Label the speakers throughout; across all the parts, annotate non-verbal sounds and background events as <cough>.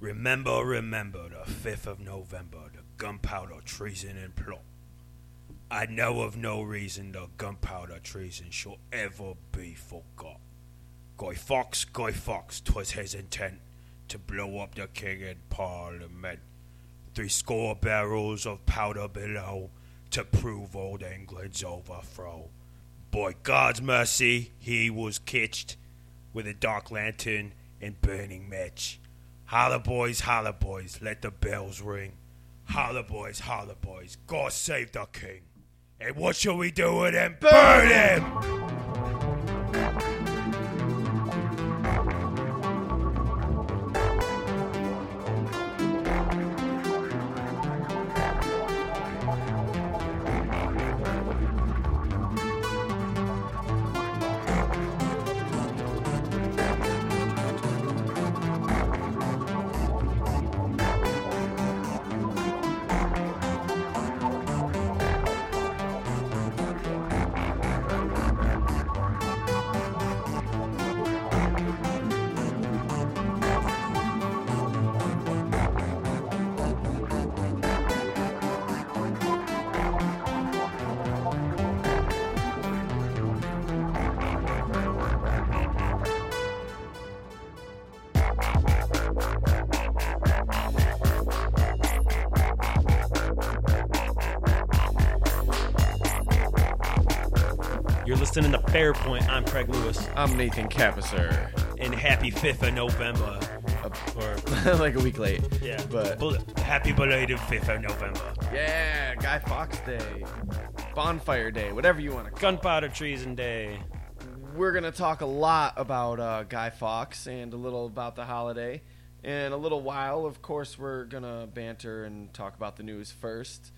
Speaker 1: Remember, remember the 5th of November, the gunpowder treason and plot. I know of no reason the gunpowder treason shall ever be forgot. Guy Fox, Guy Fox, 'twas his intent to blow up the king and parliament. Three score barrels of powder below to prove old England's overthrow. By God's mercy, he was kitched with a dark lantern and burning match. Holla, boys, holla, boys, let the bells ring. Holla, boys, holla, boys, God save the king. And what shall we do with him? Burn him!
Speaker 2: You're listening to Fairpoint. I'm Craig Lewis,
Speaker 3: I'm Nathan Capisser.
Speaker 1: And happy 5th of November. Or,
Speaker 3: <laughs> <laughs> like a week late.
Speaker 1: yeah.
Speaker 3: But
Speaker 1: Bel- happy belated 5th of November.
Speaker 3: yeah, Guy Fox Day, Bonfire Day, whatever you want to.
Speaker 2: Gunpowder Treason Day.
Speaker 3: We're gonna talk a lot about uh, Guy Fox and a little about the holiday. In a little while, of course, we're gonna banter and talk about the news first.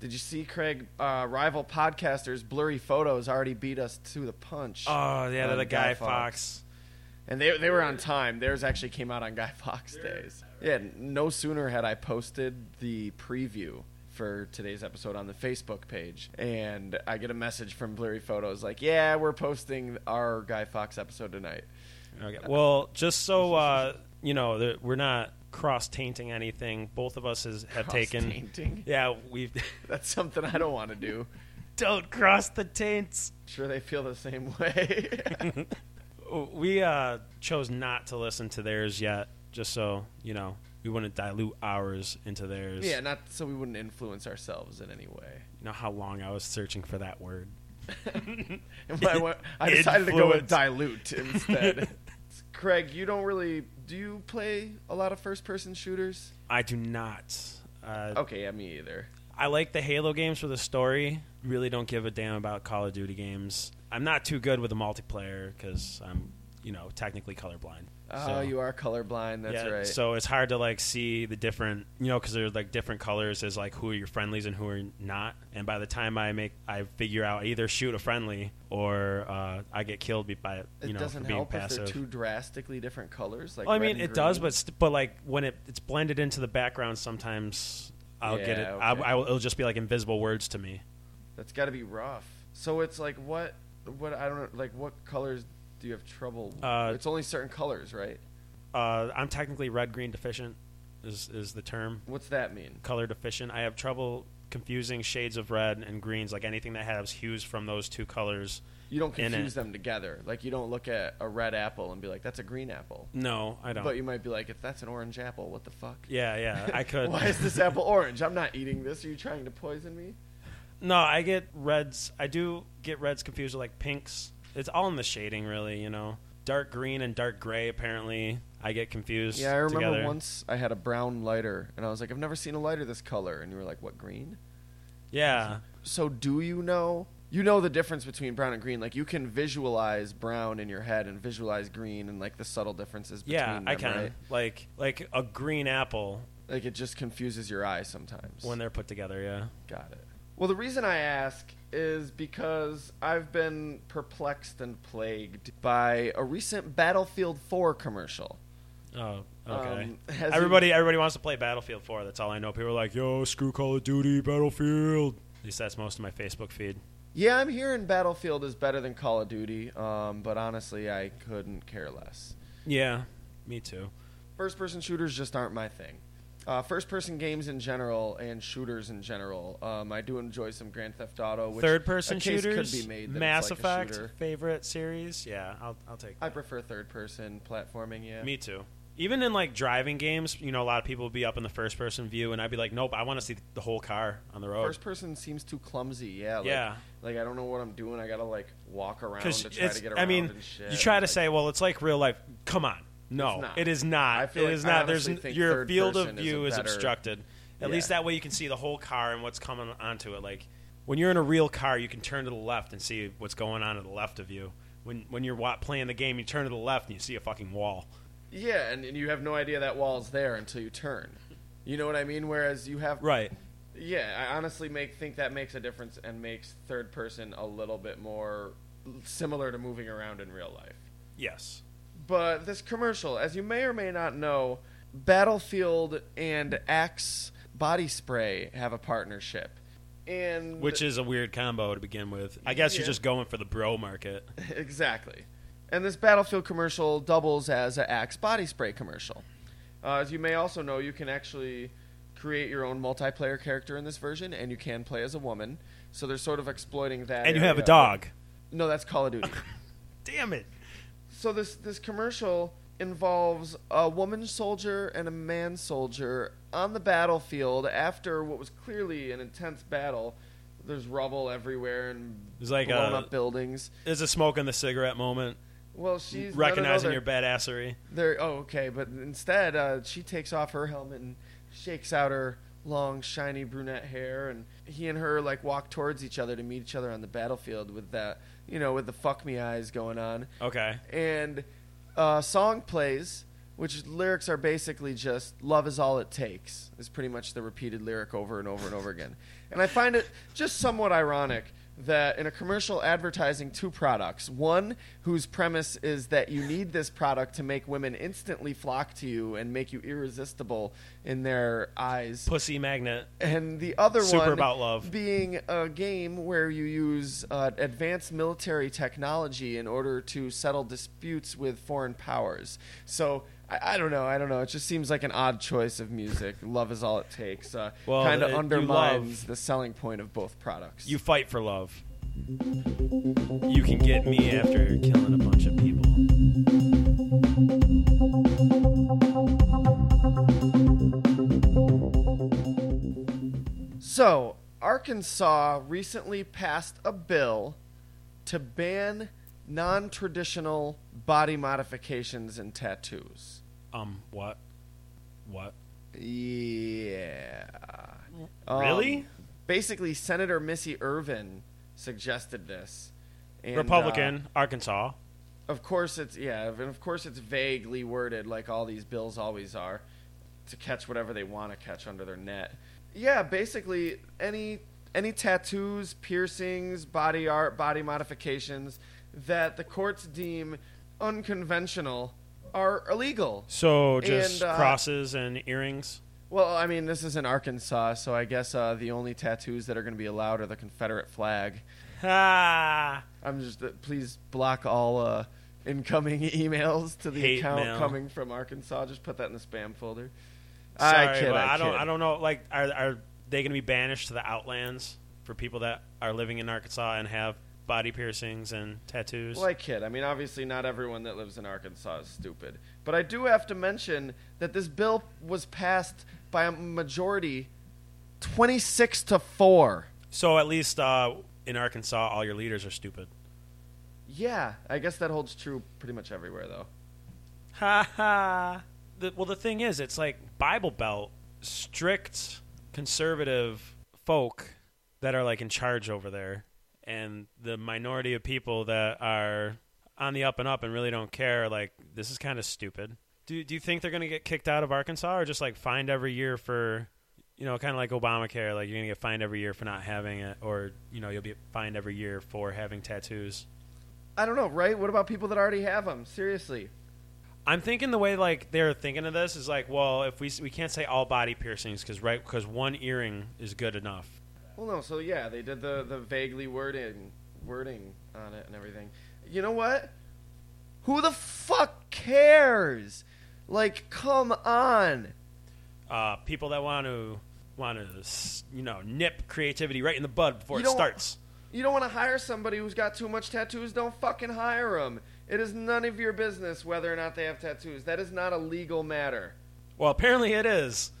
Speaker 3: Did you see Craig? Uh, rival podcasters' blurry photos already beat us to the punch.
Speaker 2: Oh, yeah,
Speaker 1: Uh,
Speaker 3: on
Speaker 2: the Guy
Speaker 3: Fox.
Speaker 2: Fox.
Speaker 3: And they, they were on time. Theirs actually came out on Guy <laughs> Fox days. Yeah, no sooner had I posted the preview for today's episode on the Facebook page, and I get a message from Blurry Photos like, "Yeah, we're posting our Guy Fox episode tonight."
Speaker 2: Okay. Well, just so uh, you know, that we're not cross tainting anything. Both of us has, have taken.
Speaker 3: Cross-tainting?
Speaker 2: Yeah, we've
Speaker 3: <laughs>
Speaker 2: <laughs>
Speaker 3: That's something I don't want to do.
Speaker 2: don't cross the taints.
Speaker 3: Sure, they feel the same <laughs> way.
Speaker 2: We uh, chose not to listen to theirs yet, just so you know, we wouldn't dilute ours into theirs.
Speaker 3: yeah, not so we wouldn't influence ourselves in any way.
Speaker 2: You know how long I was searching for that word.
Speaker 3: And I, went- I decided to go with
Speaker 2: Influence.
Speaker 3: dilute
Speaker 2: <laughs>
Speaker 3: instead. Craig, you don't really do you play a lot of first person shooters?
Speaker 2: I do not. Uh,
Speaker 3: Okay, yeah, me either.
Speaker 2: I like the Halo games for the story. Really don't give a damn about Call of Duty games. I'm not too good with the multiplayer because I'm, you know, technically colorblind.
Speaker 3: Oh,
Speaker 2: So-
Speaker 3: you are colorblind. That's
Speaker 2: yeah,
Speaker 3: right.
Speaker 2: So it's hard to like see the different, you know, because there's like different colors is like who are your friendlies and who are not. And by the time I make, I figure out I either shoot a friendly or uh, I get killed be- by,
Speaker 3: it
Speaker 2: you know, for
Speaker 3: doesn't
Speaker 2: being
Speaker 3: help
Speaker 2: passive.
Speaker 3: if they're two drastically different colors. Like
Speaker 2: Well, I
Speaker 3: red
Speaker 2: mean,
Speaker 3: and
Speaker 2: it does,
Speaker 3: green.
Speaker 2: but st- but like when it it's blended into the background, sometimes I'll get it.
Speaker 3: Yeah,
Speaker 2: I,
Speaker 3: okay.
Speaker 2: I will, it'll just be like invisible words to me.
Speaker 3: that's got to be rough. So it's like what, what I don't know, like what colors do you have trouble?
Speaker 2: Uh,
Speaker 3: it's only certain colors, right?
Speaker 2: Uh, I'm technically red green deficient, is is the term
Speaker 3: What's that mean?
Speaker 2: color deficient. I have trouble confusing shades of red and greens, like anything that has hues from those two colors.
Speaker 3: You don't
Speaker 2: In
Speaker 3: confuse
Speaker 2: it.
Speaker 3: them together. Like you don't look at a red apple and be like, "That's a green apple,"
Speaker 2: No, I don't.
Speaker 3: but you might be like, "If that's an orange apple, what the fuck?"
Speaker 2: yeah, yeah,
Speaker 3: <laughs>
Speaker 2: I could.
Speaker 3: Why is this apple orange? I'm not eating this. Are you trying to poison me?
Speaker 2: No, I get reds. I do get reds confused with like pinks. It's all in the shading, really. You know, dark green and dark gray. Apparently, I get confused.
Speaker 3: Yeah, I remember
Speaker 2: together.
Speaker 3: once I had a brown lighter, and I was like, I've never seen a lighter this color. And you were like, What, green?
Speaker 2: Yeah,
Speaker 3: So, do you know? You know the difference between brown and green. Like, you can visualize brown in your head and visualize green and, like, the subtle differences between
Speaker 2: yeah,
Speaker 3: them.
Speaker 2: I can.
Speaker 3: right?
Speaker 2: Like like a green apple
Speaker 3: Like, it just confuses your eyes sometimes.
Speaker 2: when they're put together. Yeah.
Speaker 3: Got it. Well, the reason I ask is because I've been perplexed and plagued by a recent Battlefield 4 commercial.
Speaker 2: Oh, okay.
Speaker 3: Um, has
Speaker 2: everybody everybody wants to play Battlefield 4. That's all I know. People are like, "Yo, screw Call of Duty, Battlefield." At least that's most of my Facebook feed.
Speaker 3: Yeah, I'm hearing Battlefield is better than Call of Duty, um, but honestly, I couldn't care less.
Speaker 2: Yeah, me too.
Speaker 3: first person shooters just aren't my thing. Uh, first person games in general and shooters in general. Um, I do enjoy some Grand Theft Auto. Which
Speaker 2: Third person
Speaker 3: a case
Speaker 2: shooters,
Speaker 3: could be made that it's
Speaker 2: Mass
Speaker 3: like a
Speaker 2: Effect
Speaker 3: shooter.
Speaker 2: favorite series. Yeah, I'll I'll take.
Speaker 3: I prefer third person platforming. Yeah,
Speaker 2: Me too. Even in like driving games, you know, a lot of people would be up in the first person view, and I'd be like, nope, I want to see the whole car on the road.
Speaker 3: first person seems too clumsy. Yeah, like,
Speaker 2: Yeah.
Speaker 3: Like I don't know what I'm doing. I gotta like walk around to
Speaker 2: Because
Speaker 3: try
Speaker 2: it's,
Speaker 3: to get around.
Speaker 2: I mean,
Speaker 3: and shit.
Speaker 2: you try to
Speaker 3: Like,
Speaker 2: say, well, it's like real life. Come on,
Speaker 3: It's
Speaker 2: no,
Speaker 3: not.
Speaker 2: it is not.
Speaker 3: I
Speaker 2: It is
Speaker 3: feel like- I
Speaker 2: not. There's
Speaker 3: honestly
Speaker 2: n-
Speaker 3: think
Speaker 2: your
Speaker 3: third
Speaker 2: field of
Speaker 3: person is a
Speaker 2: view is,
Speaker 3: better-
Speaker 2: obstructed. At
Speaker 3: Yeah.
Speaker 2: least that way you can see the whole car and what's coming onto it. Like when you're in a real car, you can turn to the left and see what's going on to the left of you. When when you're wa- playing the game, you turn to the left and you see a fucking wall.
Speaker 3: yeah, and, and you have no idea that wall's there until you turn. You know what I mean? Whereas you have
Speaker 2: Right.
Speaker 3: Yeah, I honestly make think that makes a difference and makes third person a little bit more similar to moving around in real life.
Speaker 2: Yes.
Speaker 3: But this commercial, as you may or may not know, Battlefield and Axe Body Spray have a partnership. And
Speaker 2: Which is a weird combo to begin with. I guess
Speaker 3: Yeah.
Speaker 2: you're just going for the bro market.
Speaker 3: <laughs> exactly. And this Battlefield commercial doubles as an Axe body spray commercial. Uh, as you may also know, you can actually create your own multiplayer character in this version, and you can play as a woman. So they're sort of exploiting that.
Speaker 2: And you have a
Speaker 3: area.
Speaker 2: dog.
Speaker 3: No, that's Call of
Speaker 2: <laughs>
Speaker 3: Duty.
Speaker 2: Damn it.
Speaker 3: so this this commercial involves a woman soldier and a man soldier on the battlefield after what was clearly an intense battle. There's rubble everywhere and
Speaker 2: It's like
Speaker 3: blown
Speaker 2: a-
Speaker 3: up buildings.
Speaker 2: There's a smoking the cigarette moment,
Speaker 3: Well, she's no, no, no,
Speaker 2: recognizing
Speaker 3: they're-
Speaker 2: your badassery.
Speaker 3: There. Oh, okay. But instead, uh, she takes off her helmet and shakes out her long, shiny brunette hair, and he and her like walk towards each other to meet each other on the battlefield with that, you know, with the fuck me eyes going on.
Speaker 2: Okay.
Speaker 3: And uh, song plays, which lyrics are basically just "Love is all it takes" is pretty much the repeated lyric over and over and over again. And I find it just somewhat ironic. That in a commercial advertising two products, one whose premise is that you need this product to make women instantly flock to you and make you irresistible in their eyes,
Speaker 2: Pussy magnet.
Speaker 3: and the other
Speaker 2: Super
Speaker 3: one
Speaker 2: about love.
Speaker 3: being a game where you use uh, advanced military technology in order to settle disputes with foreign powers. So I, I don't know, I don't know. It just seems like an odd choice of music. love is all it takes. Uh,
Speaker 2: Well,
Speaker 3: kind
Speaker 2: it-
Speaker 3: of
Speaker 2: you
Speaker 3: undermines
Speaker 2: love-
Speaker 3: the selling point of both products.
Speaker 2: You fight for love. You can get me after killing a bunch of people.
Speaker 3: So, Arkansas recently passed a bill to ban non-traditional body modifications and tattoos.
Speaker 2: Um, what? What?
Speaker 3: Yeah. Um,
Speaker 2: Really?
Speaker 3: Basically, Senator Missy Irvin suggested this. And,
Speaker 2: Republican, Arkansas.
Speaker 3: uh, of course, it's yeah, and of course it's vaguely worded, like all these bills always are, to catch whatever they want to catch under their net. Yeah, basically any any tattoos, piercings, body art, body modifications that the courts deem unconventional are illegal.
Speaker 2: So just
Speaker 3: And, uh,
Speaker 2: crosses and
Speaker 3: <laughs>
Speaker 2: earrings.
Speaker 3: Well, I mean, this is in Arkansas, so I guess uh, the only tattoos that are going to be allowed are the Confederate flag.
Speaker 2: Ah.
Speaker 3: I'm just uh, please block all uh, incoming <laughs> emails to the
Speaker 2: Hate
Speaker 3: account
Speaker 2: mail.
Speaker 3: coming from Arkansas. Just put that in the spam folder.
Speaker 2: Sorry,
Speaker 3: I kid.
Speaker 2: but
Speaker 3: I,
Speaker 2: I don't.
Speaker 3: kid.
Speaker 2: I don't know. Like, are are they going to be banished to the outlands for people that are living in Arkansas and have body piercings and tattoos?
Speaker 3: Well, I kid. I mean, obviously, not everyone that lives in Arkansas is stupid. But I do have to mention that this bill was passed by a majority, 26 to four.
Speaker 2: so at least uh, in Arkansas, all your leaders are stupid.
Speaker 3: Yeah, I guess that holds true pretty much everywhere, though.
Speaker 2: Ha ha. The, well, the thing is, it's like Bible Belt, strict conservative folk that are like in charge over there, and the minority of people that are on the up and up and really don't care. Like, this is kind of stupid. Do Do you think they're gonna get kicked out of Arkansas, or just like fined every year for? You know, kind of like Obamacare, like you're gonna get fined every year for not having it, or you know, you'll be fined every year for having tattoos.
Speaker 3: I don't know, right? What about people that already have them? Seriously.
Speaker 2: I'm thinking the way like they're thinking of this is like, well, if we s- we can't say all body piercings because right because one earring is good enough.
Speaker 3: Well, no. So yeah, they did the the vaguely wording wording on it and everything. You know what? Who the fuck cares? Like, come on.
Speaker 2: Uh, people that want to want to you know nip creativity right in the bud before
Speaker 3: You
Speaker 2: it
Speaker 3: don't-
Speaker 2: starts.
Speaker 3: You don't want to hire somebody who's got too much tattoos. Don't fucking hire them. It is none of your business whether or not they have tattoos. That is not a legal matter.
Speaker 2: Well, apparently it is.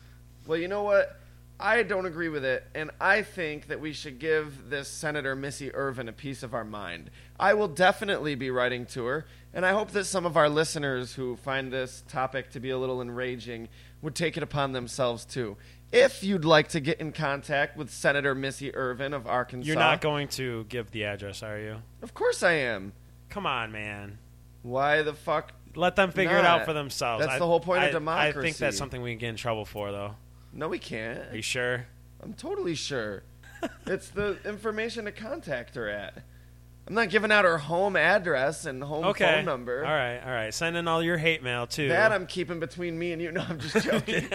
Speaker 3: Well, you know what? I don't agree with it, and I think that we should give this Senator Missy Irvin a piece of our mind. I will definitely be writing to her, and I hope that some of our listeners who find this topic to be a little enraging would take it upon themselves too. If you'd like to get in contact with Senator Missy Irvin of Arkansas,
Speaker 2: You're not going to give the address, are you?
Speaker 3: Of course, I am.
Speaker 2: Come on, man.
Speaker 3: Why the fuck?
Speaker 2: Let them figure it out
Speaker 3: Not.
Speaker 2: for themselves.
Speaker 3: That's
Speaker 2: I-
Speaker 3: the whole point of
Speaker 2: I- I
Speaker 3: democracy.
Speaker 2: think that's something we can get in trouble for, though.
Speaker 3: No, we
Speaker 2: Are you
Speaker 3: can't.
Speaker 2: sure?
Speaker 3: I'm totally sure. it's the information to contact her at. I'm not giving out her home address and home
Speaker 2: okay.
Speaker 3: phone number.
Speaker 2: All right, all right. Send in all your hate mail too.
Speaker 3: That I'm keeping between me and you. No, I'm
Speaker 2: <laughs>
Speaker 3: just joking.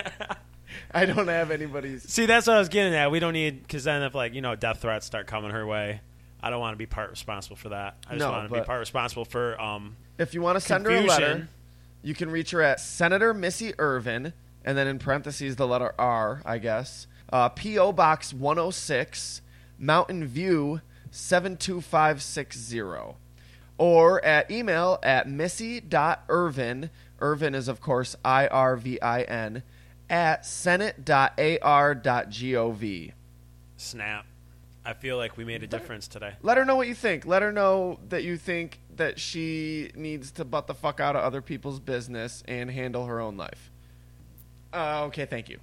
Speaker 3: I don't have anybody's.
Speaker 2: See, that's what I was getting at. We don't need because then if like you know death threats start coming her way, I don't want to be part responsible for that. I just
Speaker 3: No,
Speaker 2: want to be
Speaker 3: but-
Speaker 2: part responsible for um
Speaker 3: If you want to send her a letter,
Speaker 2: confusion.
Speaker 3: you can reach her at Senator Missy Irvin, and then in parentheses the letter R, I guess. Uh, P.O. Box 106, Mountain View 72560. Or at email at missy.irvin, Irvin is, of course, I R V I N, at senate.ar.gov.
Speaker 2: Snap. I feel like we made a difference today.
Speaker 3: Let her know what you think. Let her know that you think that she needs to butt the fuck out of other people's business and handle her own life. Uh, okay, thank you.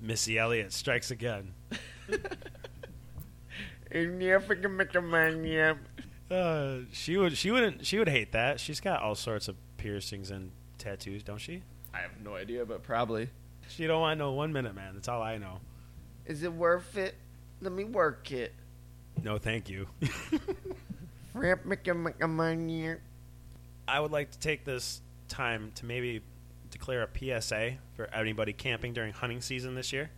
Speaker 2: Missy Elliott strikes again. Uh, she would. She wouldn't. She would hate that. She's got all sorts of piercings and tattoos, don't she?
Speaker 3: I have no idea, but probably.
Speaker 2: She don't want no one minute man. That's all I know.
Speaker 3: Is it worth it? Let me work it.
Speaker 2: No, thank you. <laughs> I would like to take this time to maybe declare a PSA for anybody camping during hunting season this year.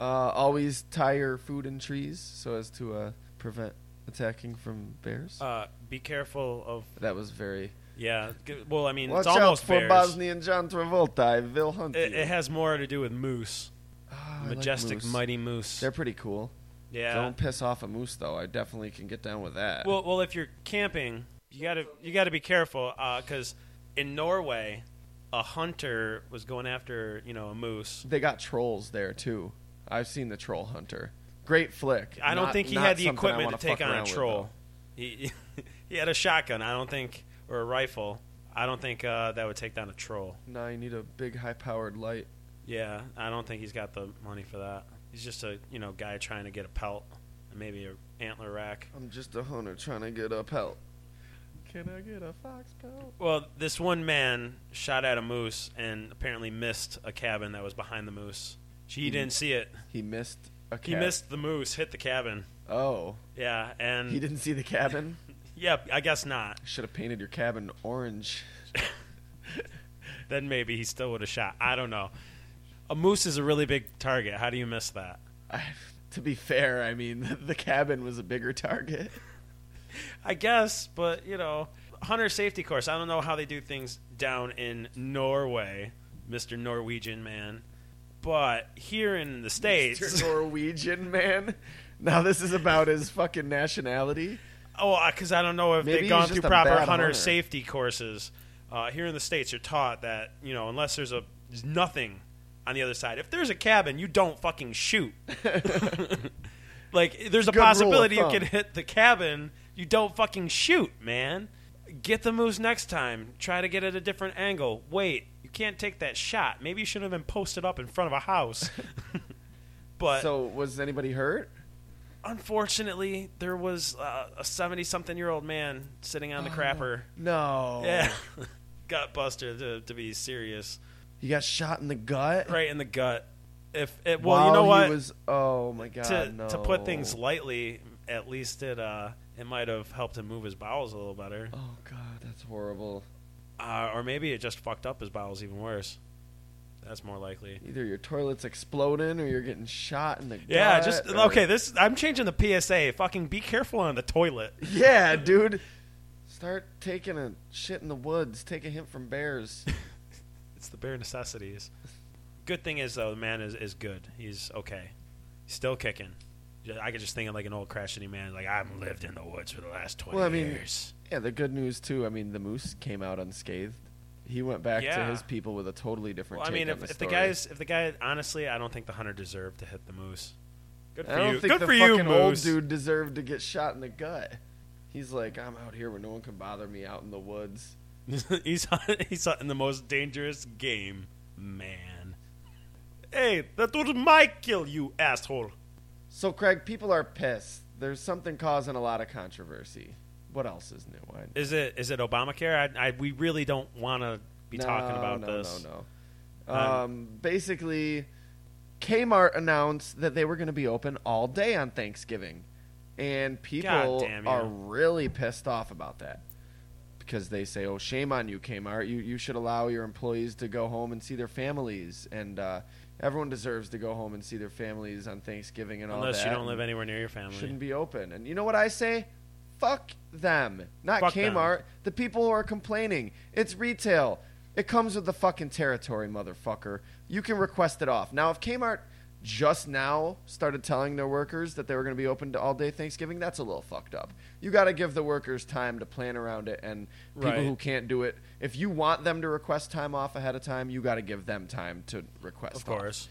Speaker 3: Uh, always tie your food in trees so as to uh, prevent attacking from bears.
Speaker 2: Uh, be careful of
Speaker 3: that was very.
Speaker 2: yeah. g- Well, I mean,
Speaker 3: Watch
Speaker 2: it's
Speaker 3: out
Speaker 2: almost
Speaker 3: for
Speaker 2: bears.
Speaker 3: Bosnian John Travolta. I will hunt
Speaker 2: It,
Speaker 3: you.
Speaker 2: it has more to do with moose,
Speaker 3: Ah, I like
Speaker 2: majestic,
Speaker 3: moose.
Speaker 2: mighty moose.
Speaker 3: They're pretty cool.
Speaker 2: yeah.
Speaker 3: Don't piss off a moose, though. I definitely can get down with that.
Speaker 2: Well, well, if you're camping, you gotta you gotta be careful because in Norway, a hunter was going after you know a moose.
Speaker 3: they got trolls there too. I've seen the Troll Hunter. Great flick.
Speaker 2: I don't
Speaker 3: Not-
Speaker 2: think he
Speaker 3: not
Speaker 2: had the
Speaker 3: something I
Speaker 2: equipment
Speaker 3: wanna
Speaker 2: to take
Speaker 3: fuck
Speaker 2: on
Speaker 3: around
Speaker 2: a
Speaker 3: with,
Speaker 2: troll. He <laughs> he had a shotgun. I don't think or a rifle. I don't think uh, that would take down a troll.
Speaker 3: though. No, you need a big, high-powered light.
Speaker 2: Yeah, I don't think he's got the money for that. He's just a you know guy trying to get a pelt and maybe a antler rack.
Speaker 3: I'm just a hunter trying to get a pelt. Can I get a fox pelt?
Speaker 2: Well, this one man shot at a moose and apparently missed a cabin that was behind the moose. He
Speaker 3: Hmm.
Speaker 2: didn't see it.
Speaker 3: He missed a.
Speaker 2: He
Speaker 3: cab-
Speaker 2: missed Mm. the moose, hit the cabin.
Speaker 3: Oh,
Speaker 2: Yeah, and
Speaker 3: he didn't see the cabin. <laughs>
Speaker 2: yeah, I guess not.
Speaker 3: Should have painted your cabin orange. <laughs>
Speaker 2: Then maybe he still would have shot. I don't know. A moose is a really big target. How do you miss that?
Speaker 3: I, to be fair, I mean <laughs> the cabin was a bigger target.
Speaker 2: I guess, but you know, hunter safety course. I don't know how they do things down in Norway, Mister Norwegian man. But here in the states,
Speaker 3: Mr. Norwegian man. Now this is about his fucking nationality.
Speaker 2: Oh, because I don't know if
Speaker 3: Maybe
Speaker 2: they've
Speaker 3: he's
Speaker 2: gone
Speaker 3: just
Speaker 2: through
Speaker 3: a
Speaker 2: proper
Speaker 3: bad
Speaker 2: hunter,
Speaker 3: hunter.
Speaker 2: safety courses. Uh, here in the states, you're taught that you know unless there's a there's nothing on the other side. If there's a cabin, you don't
Speaker 3: <laughs>
Speaker 2: fucking shoot. like there's a
Speaker 3: Good rule of
Speaker 2: possibility you
Speaker 3: thumb.
Speaker 2: can hit the cabin, you don't fucking shoot, man. Get the moose next time. Try to get at a different angle. Wait, you can't take that shot. Maybe you shouldn't have been posted up in front of a house. <laughs> but
Speaker 3: So was anybody hurt?
Speaker 2: unfortunately, there was uh, a 70 something year old man sitting on the crapper.
Speaker 3: No.
Speaker 2: Yeah. <laughs> gut buster, to, to be serious.
Speaker 3: He got shot in the gut.
Speaker 2: Right in the gut. If it, Well, you
Speaker 3: While
Speaker 2: know
Speaker 3: he
Speaker 2: what?
Speaker 3: was- oh my god.
Speaker 2: to,
Speaker 3: no.
Speaker 2: to put things lightly, at least it, uh, it might have helped him move his bowels a little better.
Speaker 3: Oh god, that's horrible.
Speaker 2: Uh, or maybe it just fucked up his bowels even worse. That's more likely.
Speaker 3: Either your toilet's exploding or you're getting shot in the
Speaker 2: Yeah,
Speaker 3: gut.
Speaker 2: just
Speaker 3: or-
Speaker 2: okay. This I'm changing the PSA. Fucking be careful on the toilet.
Speaker 3: Yeah, dude. Start taking a shit in the woods. Take a hint from bears.
Speaker 2: It's the bare necessities. Good thing is though, the man is, is good. He's okay. He's still kicking. Ju- I could just think of like an old crashity man. Like I've lived in the woods for the last twenty
Speaker 3: Well, I mean,
Speaker 2: years.
Speaker 3: yeah, the good news too. I mean, the moose came out unscathed. He went back
Speaker 2: Yeah.
Speaker 3: to his people with a totally different.
Speaker 2: Well, I
Speaker 3: take
Speaker 2: mean,
Speaker 3: on
Speaker 2: if,
Speaker 3: the
Speaker 2: if the
Speaker 3: story.
Speaker 2: guys, if the guy, honestly, I don't think the hunter deserved to hit the moose. Good for
Speaker 3: I don't
Speaker 2: you.
Speaker 3: think
Speaker 2: Good
Speaker 3: the
Speaker 2: for you,
Speaker 3: fucking old
Speaker 2: moose.
Speaker 3: dude deserved to get shot in the gut. He's like, I'm out here where no one can bother me out in the woods.
Speaker 2: <laughs> he's hunt- he's hunting the most dangerous game, man. Hey, that was my kill, you asshole.
Speaker 3: So, Craig, people are pissed. There's something causing a lot of controversy. What else is new? I,
Speaker 2: Is it is it Obamacare? I, I we really don't want to be talking
Speaker 3: No,
Speaker 2: about
Speaker 3: no,
Speaker 2: this.
Speaker 3: No, no,
Speaker 2: Um,
Speaker 3: Um, basically, Kmart announced that they were going to be open all day on Thanksgiving, and people
Speaker 2: damn you.
Speaker 3: are really pissed off about that because they say, "Oh, shame on you, Kmart! You you should allow your employees to go home and see their families, and uh, everyone deserves to go home and see their families on Thanksgiving and all that."
Speaker 2: Unless you don't live
Speaker 3: and
Speaker 2: anywhere near your family.
Speaker 3: shouldn't be open. And you know what I say? Fuck them. Not
Speaker 2: Fuck them.
Speaker 3: Kmart. The people who are complaining. It's retail. It comes with the fucking territory, motherfucker. You can request it off. Now, if Kmart just now started telling their workers that they were going to be open to all day Thanksgiving, that's a little fucked up. You got to give the workers time to plan around it. And people
Speaker 2: Right.
Speaker 3: who can't do it, if you want them to request time off ahead of time, you got to give them time to request.
Speaker 2: of
Speaker 3: off.
Speaker 2: course.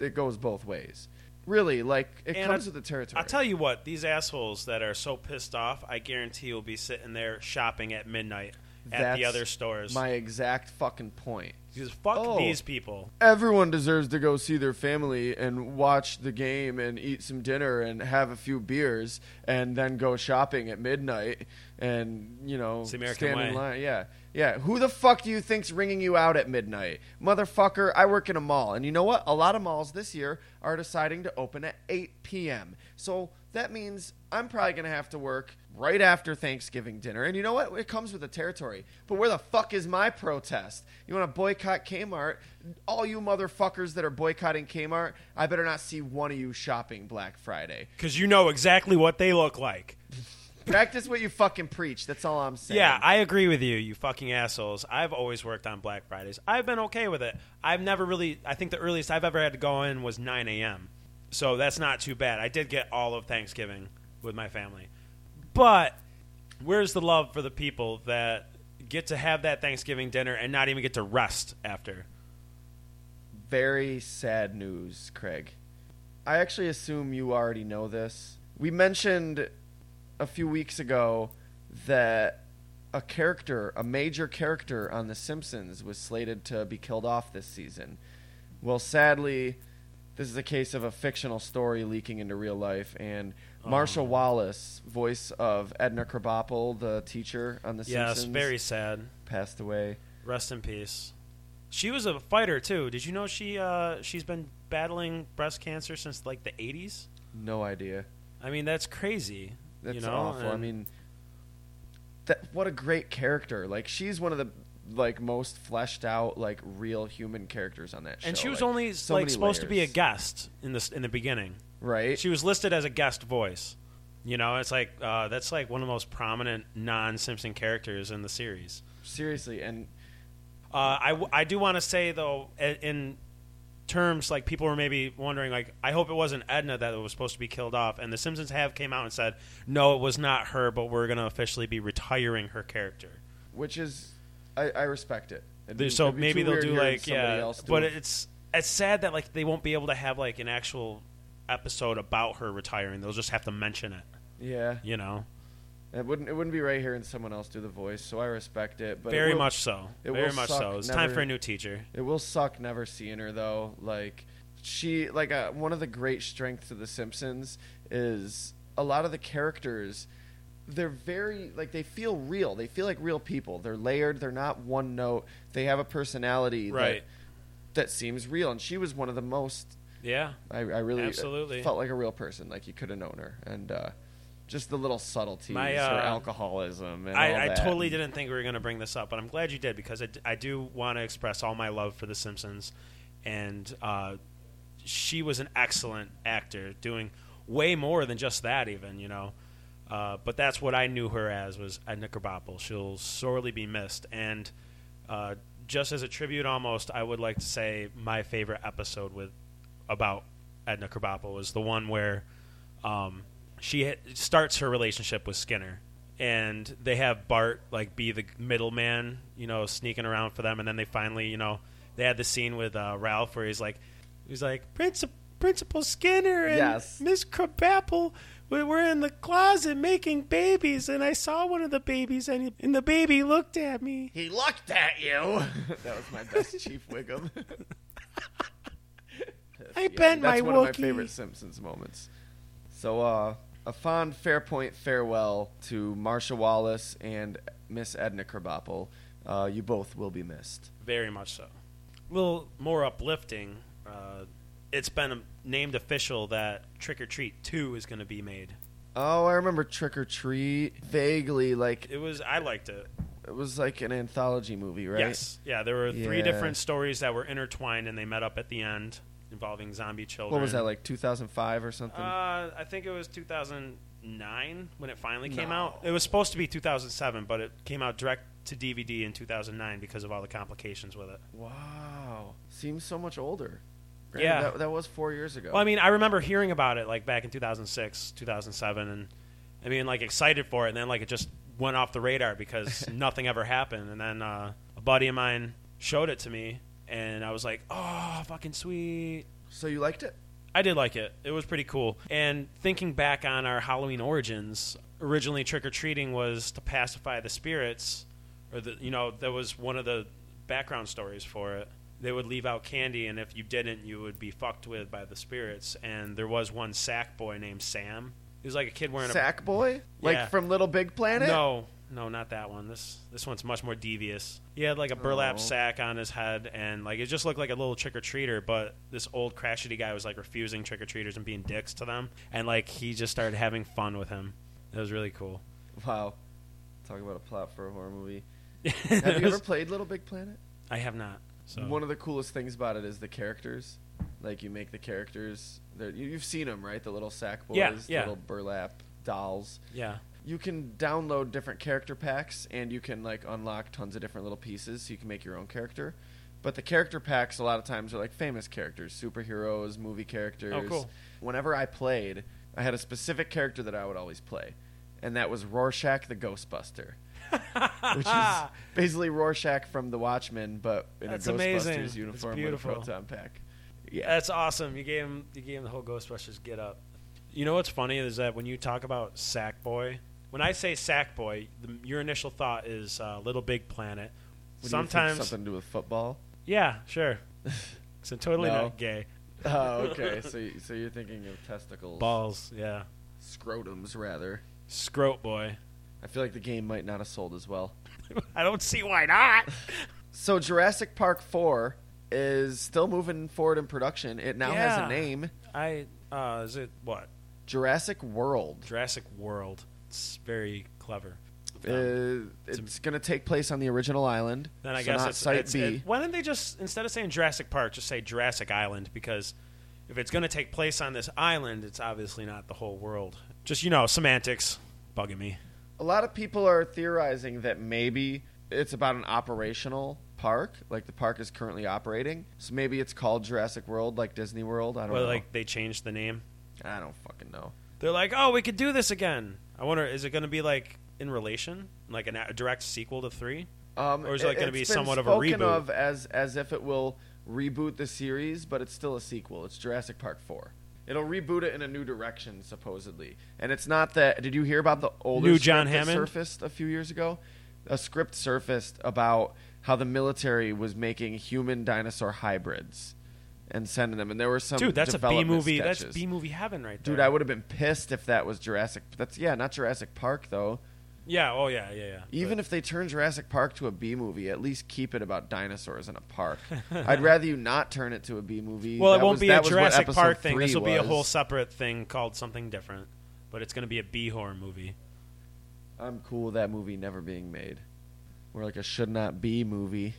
Speaker 3: It goes both ways. Really, like, it
Speaker 2: And
Speaker 3: comes
Speaker 2: I-
Speaker 3: with the territory.
Speaker 2: I'll tell you what, these assholes that are so pissed off, I guarantee you'll be sitting there shopping at midnight at the
Speaker 3: That's
Speaker 2: other stores.
Speaker 3: My exact fucking point.
Speaker 2: because fuck
Speaker 3: Oh.
Speaker 2: these people.
Speaker 3: Everyone deserves to go see their family and watch the game and eat some dinner and have a few beers and then go shopping at midnight and you know
Speaker 2: It's the American
Speaker 3: stand
Speaker 2: way.
Speaker 3: in line. Uh, Yeah, yeah. Who the fuck do you think's ringing you out at midnight, motherfucker? I work in a mall, and you know what? A lot of malls this year are deciding to open at 8 p.m. So that means I'm probably gonna have to work right after Thanksgiving dinner. And you know what? It comes with the territory. But where the fuck is my protest? You want to boycott Kmart? All you motherfuckers that are boycotting Kmart, I better not see one of you shopping Black Friday.
Speaker 2: Because you know exactly what they look like.
Speaker 3: Practice what you fucking preach. That's all I'm saying.
Speaker 2: Yeah, I agree with you, you fucking assholes. I've always worked on Black Fridays. I've been okay with it. I've never really, I think the earliest I've ever had to go in was 9 a.m. So that's not too bad. I did get all of Thanksgiving with my family. But where's the love for the people that get to have that Thanksgiving dinner and not even get to rest after?
Speaker 3: very sad news, Craig. I actually assume you already know this. We mentioned a few weeks ago that a character, a major character on The Simpsons, was slated to be killed off this season. Well, sadly, this is a case of a fictional story leaking into real life, and
Speaker 2: Oh.
Speaker 3: Marshall Wallace, voice of Edna Krabappel, the teacher on The
Speaker 2: Yes,
Speaker 3: Simpsons,
Speaker 2: very sad.
Speaker 3: passed away.
Speaker 2: Rest in peace. She was a fighter too. Did you know she uh, she's been battling breast cancer since like the 80s?
Speaker 3: No idea.
Speaker 2: I mean, that's crazy.
Speaker 3: That's
Speaker 2: you know?
Speaker 3: awful. I
Speaker 2: And-
Speaker 3: mean, that what a great character. Like she's one of the like most fleshed out like real human characters on that show.
Speaker 2: and she was
Speaker 3: Like,
Speaker 2: only
Speaker 3: so
Speaker 2: like
Speaker 3: many
Speaker 2: supposed to be a
Speaker 3: layers,
Speaker 2: guest in this in the beginning.
Speaker 3: right?
Speaker 2: She was listed as a guest voice. You know, it's like uh, that's like one of the most prominent non-Simpson characters in the series.
Speaker 3: Seriously, and
Speaker 2: Uh, I w- I do want to say though, i- in terms like people were maybe wondering, like I hope it wasn't Edna that was supposed to be killed off, and the Simpsons have came out and said no, it was not her, but we're going to officially be retiring her character.
Speaker 3: which is I, I respect it. It'd be-
Speaker 2: so
Speaker 3: it'd be
Speaker 2: maybe
Speaker 3: too
Speaker 2: they'll
Speaker 3: weird
Speaker 2: do
Speaker 3: hearing
Speaker 2: like
Speaker 3: somebody
Speaker 2: yeah,
Speaker 3: else do
Speaker 2: but
Speaker 3: it.
Speaker 2: it's it's sad that like they won't be able to have like an actual episode about her retiring. They'll just have to mention it,
Speaker 3: yeah,
Speaker 2: you know.
Speaker 3: it wouldn't it wouldn't be right hearing someone else do the voice. So I respect it, but it
Speaker 2: Very
Speaker 3: will-
Speaker 2: much so.
Speaker 3: it
Speaker 2: Very
Speaker 3: will
Speaker 2: much
Speaker 3: suck
Speaker 2: so. It's time
Speaker 3: never-
Speaker 2: for a new teacher.
Speaker 3: It will suck never seeing her though. Like she like uh, one of the great strengths of the Simpsons is a lot of the characters they're very like they feel real. They feel like real people. They're layered, they're not one note. They have a personality
Speaker 2: Right.
Speaker 3: that, that seems real and she was one of the most
Speaker 2: Yeah.
Speaker 3: I, I really uh,
Speaker 2: Absolutely.
Speaker 3: felt like a real person. Like you could have known her and uh just the little subtleties,
Speaker 2: My,
Speaker 3: her
Speaker 2: uh,
Speaker 3: alcoholism, and all
Speaker 2: I, I
Speaker 3: that.
Speaker 2: totally didn't think we were going to bring this up, but I'm glad you did because I, d- I do want to express all my love for The Simpsons. And uh, she was an excellent actor, doing way more than just that, even, you know. Uh, but that's what I knew her as was at Knickerbocker. She'll sorely be missed. And uh, just as a tribute, almost, I would like to say my favorite episode with about Edna Krabappel was the one where um, she ha- starts her relationship with Skinner, and they have Bart like be the middleman, you know, sneaking around for them, and then they finally, you know, they had the scene with uh, Ralph where he's like, he's like Princip- Principal Skinner and
Speaker 3: Yes.
Speaker 2: Miss Krabappel. We were in the closet making babies, and I saw one of the babies, and, and the baby looked at me.
Speaker 3: He looked at you. <laughs> that was my best Chief
Speaker 2: <laughs>
Speaker 3: Wiggum.
Speaker 2: I
Speaker 3: Yeah,
Speaker 2: bent my
Speaker 3: That's one of my
Speaker 2: Wookiee.
Speaker 3: favorite Simpsons moments. So, uh, a fond Fairpoint farewell to Marsha Wallace and Miss Edna Krabappel. Uh, you both will be missed.
Speaker 2: Very much so. A little more uplifting. Uh, it's been um, named official that Trick or Treat Two is going to be made.
Speaker 3: Oh, I remember Trick or Treat vaguely. Like
Speaker 2: It was. I liked it.
Speaker 3: it was like an anthology movie, right?
Speaker 2: Yes. Yeah. There were three
Speaker 3: Yeah.
Speaker 2: different stories that were intertwined, and they met up at the end involving zombie children.
Speaker 3: What was that like? 2005 or something?
Speaker 2: Uh, I think it was 2009 when it finally came
Speaker 3: No.
Speaker 2: out. It was supposed to be 2007, but it came out direct to DVD in 2009 because of all the complications with it.
Speaker 3: wow, seems so much older. Granted,
Speaker 2: Yeah.
Speaker 3: that, that was four years ago.
Speaker 2: Well, I mean, I remember hearing about it like back in 2006, 2007, and I mean, like excited for it, and then like it just went off the radar because nothing ever happened. And then uh, a buddy of mine showed it to me, and I was like, oh, fucking sweet.
Speaker 3: so you liked it?
Speaker 2: I did like it. It was pretty cool. And thinking back on our Halloween origins, originally trick or treating was to pacify the spirits, or the you know that was one of the background stories for it. They would leave out candy, and if you didn't, you would be fucked with by the spirits. And there was one sack boy named Sam. He was like a kid wearing
Speaker 3: Sack Boy, like
Speaker 2: Yeah.
Speaker 3: from Little Big
Speaker 2: a
Speaker 3: Planet.
Speaker 2: no, no, not that one. This this one's much more devious. He had like a burlap
Speaker 3: Oh.
Speaker 2: sack on his head, and like it just looked like a little trick or treater. But this old crashity guy was like refusing trick or treaters and being dicks to them, and like he just started having fun with him. It was really cool.
Speaker 3: Wow, talk about a plot for a horror movie.
Speaker 2: <laughs> It <laughs>
Speaker 3: Have you ever
Speaker 2: was-
Speaker 3: played Little Big Planet?
Speaker 2: I have not. So
Speaker 3: One of the coolest things about it is the characters. Like you make the characters. they're- you- You've seen them, right? The little sack boys,
Speaker 2: Yeah, yeah.
Speaker 3: little burlap dolls.
Speaker 2: yeah,
Speaker 3: You can download different character packs, and you can like unlock tons of different little pieces, so you can make your own character. But the character packs a lot of times are like famous characters, superheroes, movie characters.
Speaker 2: Oh, cool.
Speaker 3: Whenever I played, I had a specific character that I would always play, and that was Rorschach the Ghostbuster which is
Speaker 2: <laughs>
Speaker 3: basically Rorschach from The Watchmen, but in
Speaker 2: That's
Speaker 3: a Ghostbusters
Speaker 2: amazing. That's
Speaker 3: uniform with a
Speaker 2: beautiful.
Speaker 3: proton pack. Yeah,
Speaker 2: that's awesome. You gave him you gave him the whole Ghostbusters get up. You know what's funny is that when you talk about Sackboy, when I say Sackboy, the, your initial thought is uh, Little Big
Speaker 3: What
Speaker 2: Planet.
Speaker 3: do you think,
Speaker 2: Sometimes
Speaker 3: something to do with
Speaker 2: <laughs>
Speaker 3: football. <laughs>
Speaker 2: Yeah, sure. So totally
Speaker 3: No.
Speaker 2: not gay.
Speaker 3: Oh, okay. so you- so you're thinking of testicles,
Speaker 2: Balls, yeah.
Speaker 3: scrotums rather.
Speaker 2: Scrote boy.
Speaker 3: I feel like the game might not have sold as well.
Speaker 2: <laughs> I don't see why not.
Speaker 3: So Jurassic Park Four is still moving forward in production. It now has
Speaker 2: Yeah.
Speaker 3: a name,
Speaker 2: I uh is it what?
Speaker 3: Jurassic World.
Speaker 2: Jurassic World. It's very clever.
Speaker 3: Uh, it's going to take place on the original island.
Speaker 2: Then I
Speaker 3: so
Speaker 2: guess
Speaker 3: not
Speaker 2: it's,
Speaker 3: Site
Speaker 2: it's-
Speaker 3: B.
Speaker 2: it- why don't they just instead of saying Jurassic Park, just say Jurassic Island because if it's going to take place on this island, it's obviously not the whole world. Just you know, semantics bugging me.
Speaker 3: A lot of people are theorizing that maybe it's about an operational park, like the park is currently operating. So maybe it's called Jurassic World, like Disney World. I don't
Speaker 2: Well,
Speaker 3: know.
Speaker 2: like they changed the name.
Speaker 3: I don't fucking know.
Speaker 2: They're like, oh, we could do this again. I wonder, is it going to be like in relation, like an a direct sequel to three?
Speaker 3: Um,
Speaker 2: Or is it, like, gonna
Speaker 3: it's
Speaker 2: be
Speaker 3: been
Speaker 2: somewhat of a
Speaker 3: spoken
Speaker 2: reboot?
Speaker 3: of as as if it will reboot the series, but it's still a sequel. It's Jurassic Park Four. It'll reboot it in a new direction, supposedly. And it's not that. Did you hear about the older
Speaker 2: New
Speaker 3: script
Speaker 2: John
Speaker 3: that
Speaker 2: Hammond?
Speaker 3: surfaced a few years ago? A script surfaced about how the military was making human dinosaur hybrids and sending them. And there were some
Speaker 2: Dude, that's a B
Speaker 3: development
Speaker 2: movie. That's
Speaker 3: sketches.
Speaker 2: B movie heaven right there.
Speaker 3: Dude, I would have been pissed if that was Jurassic. That's yeah, not Jurassic Park though.
Speaker 2: Yeah. Oh yeah. Yeah. Yeah.
Speaker 3: Even if they turn Jurassic Park to a B movie, at least keep it about dinosaurs in a
Speaker 2: <laughs>
Speaker 3: park. I'd rather you not turn it to a B movie.
Speaker 2: well, it
Speaker 3: That
Speaker 2: won't
Speaker 3: was-
Speaker 2: be
Speaker 3: that
Speaker 2: a
Speaker 3: was what
Speaker 2: Jurassic
Speaker 3: episode
Speaker 2: Park thing.
Speaker 3: three
Speaker 2: This will be a
Speaker 3: was.
Speaker 2: whole separate thing called something different, but it's going to be a B horror movie.
Speaker 3: I'm cool with that movie never being made. We're like a should not be movie.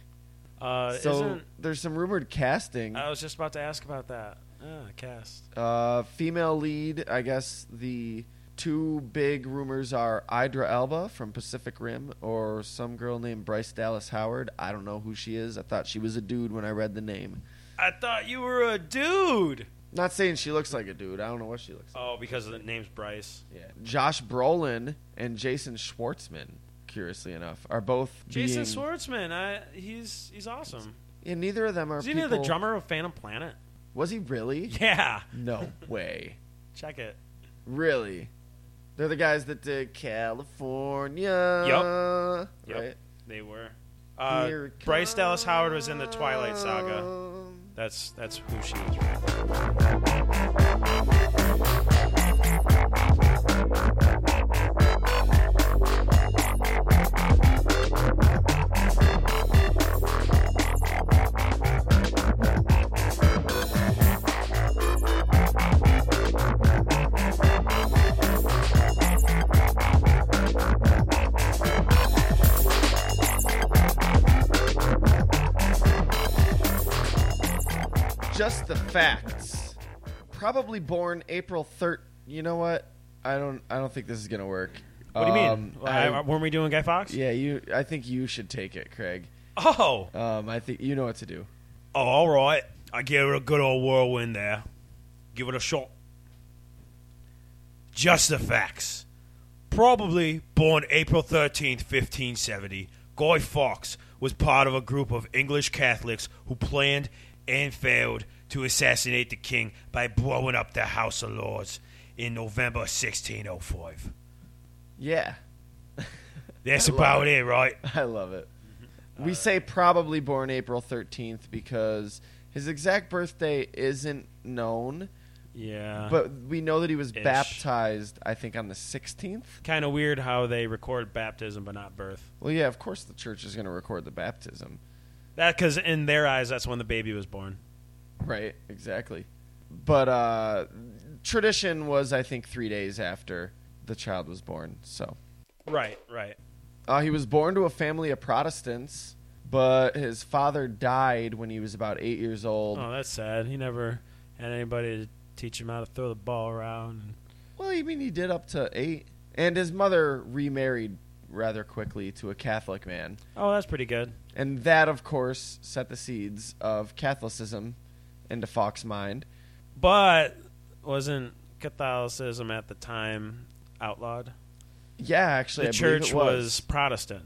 Speaker 2: Uh,
Speaker 3: so
Speaker 2: isn't, Uh,
Speaker 3: there's some rumored casting.
Speaker 2: I was just about to ask about that. Ah, cast.
Speaker 3: Uh, female lead, I guess the Two big rumors are Idra Elba from Pacific Rim or some girl named Bryce Dallas Howard. I don't know who she is. I thought she was a dude when I read the name.
Speaker 2: I thought you were a dude.
Speaker 3: Not saying she looks like a dude. I don't know what she looks like.
Speaker 2: Oh, because the name's Bryce.
Speaker 3: Yeah. Josh Brolin and Jason Schwartzman, curiously enough, are both
Speaker 2: Jason
Speaker 3: being-
Speaker 2: Schwartzman. I, he's he's awesome.
Speaker 3: Yeah, neither of them are
Speaker 2: Is he near the
Speaker 3: people-
Speaker 2: drummer of Phantom Planet?
Speaker 3: Was he really?
Speaker 2: <laughs> Yeah.
Speaker 3: No way.
Speaker 2: Check it.
Speaker 3: Really? They're the guys that did California.
Speaker 2: Yep.
Speaker 3: Right?
Speaker 2: They were. Uh,
Speaker 3: Here it
Speaker 2: Bryce Dallas Howard was in the Twilight Saga.
Speaker 3: comes.
Speaker 2: That's that's who she is. Right?
Speaker 3: Just the facts. Probably born April third. You know what? I don't. I don't think this is gonna work.
Speaker 2: What do you mean?
Speaker 3: Um,
Speaker 2: I-
Speaker 3: I-
Speaker 2: weren't we doing Guy Fox?
Speaker 3: yeah, you. I think you should take it, Craig.
Speaker 2: Oh.
Speaker 3: Um, I think you know what to do.
Speaker 1: Oh, all right. I give it a good old whirlwind there. Give it a shot. Just the facts. Probably born April 13th, 1570, Guy Fawkes was part of a group of English Catholics who planned and failed to assassinate the king by blowing up the House of Lords in November 1605.
Speaker 3: Yeah,
Speaker 1: That's
Speaker 3: I love
Speaker 1: about it, right?
Speaker 3: <laughs> I love it.
Speaker 2: Mm-hmm.
Speaker 3: We
Speaker 2: Uh,
Speaker 3: say probably born April thirteenth because his exact birthday isn't known,
Speaker 2: Yeah.
Speaker 3: but we know that he was
Speaker 2: Uh-huh. Ish.
Speaker 3: baptized. I think on the sixteenth.
Speaker 2: kind of weird how they record baptism but not birth.
Speaker 3: Well, yeah, of course the church is going to record the baptism.
Speaker 2: That because in their eyes, that's when the baby was born.
Speaker 3: Right, exactly. But uh, tradition was, I think, three days after the child was born. So
Speaker 2: Right. Right.
Speaker 3: uh, he was born to a family of Protestants, but his father died when he was about eight years old.
Speaker 2: Oh, that's sad. He never had anybody to teach him how to throw the ball around.
Speaker 3: Well, I mean, he did up to eight. And his mother remarried rather quickly to a Catholic man.
Speaker 2: Oh, that's pretty good.
Speaker 3: And that, of course, set the seeds of Catholicism into Falk's mind.
Speaker 2: But wasn't Catholicism at the time outlawed?
Speaker 3: Yeah, actually,
Speaker 2: The
Speaker 3: I believe
Speaker 2: church
Speaker 3: it
Speaker 2: was Protestant.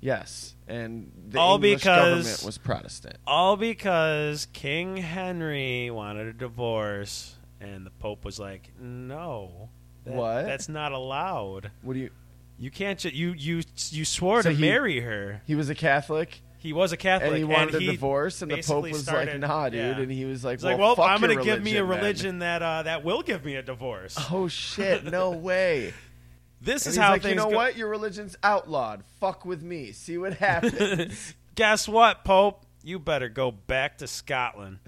Speaker 3: Yes, and the
Speaker 2: All
Speaker 3: English
Speaker 2: because-
Speaker 3: government was Protestant.
Speaker 2: All because King Henry wanted a divorce, and the Pope was like, "No, that-
Speaker 3: What?
Speaker 2: That's not allowed.
Speaker 3: What do you?
Speaker 2: You can't. Ju- you you you swore
Speaker 3: So
Speaker 2: to
Speaker 3: he-
Speaker 2: marry her.
Speaker 3: He was a Catholic,
Speaker 2: He was a Catholic,
Speaker 3: and he wanted
Speaker 2: and
Speaker 3: a divorce, and the Pope
Speaker 2: basically
Speaker 3: was
Speaker 2: started-
Speaker 3: like, "Nah, dude,"
Speaker 2: yeah.
Speaker 3: and he was like,
Speaker 2: He's
Speaker 3: "Well,
Speaker 2: like, well,
Speaker 3: fuck
Speaker 2: I'm gonna
Speaker 3: your
Speaker 2: give me a
Speaker 3: then."
Speaker 2: religion that uh, that will give me
Speaker 3: <laughs>
Speaker 2: a divorce.
Speaker 3: Oh shit!
Speaker 2: <laughs>
Speaker 3: No way.
Speaker 2: this
Speaker 3: And
Speaker 2: is
Speaker 3: he's
Speaker 2: how
Speaker 3: like,
Speaker 2: things
Speaker 3: you know
Speaker 2: go.
Speaker 3: what? Your religion's outlawed. Fuck with me. See what
Speaker 2: <laughs>
Speaker 3: happens.
Speaker 2: Guess what, Pope? You better go back to Scotland.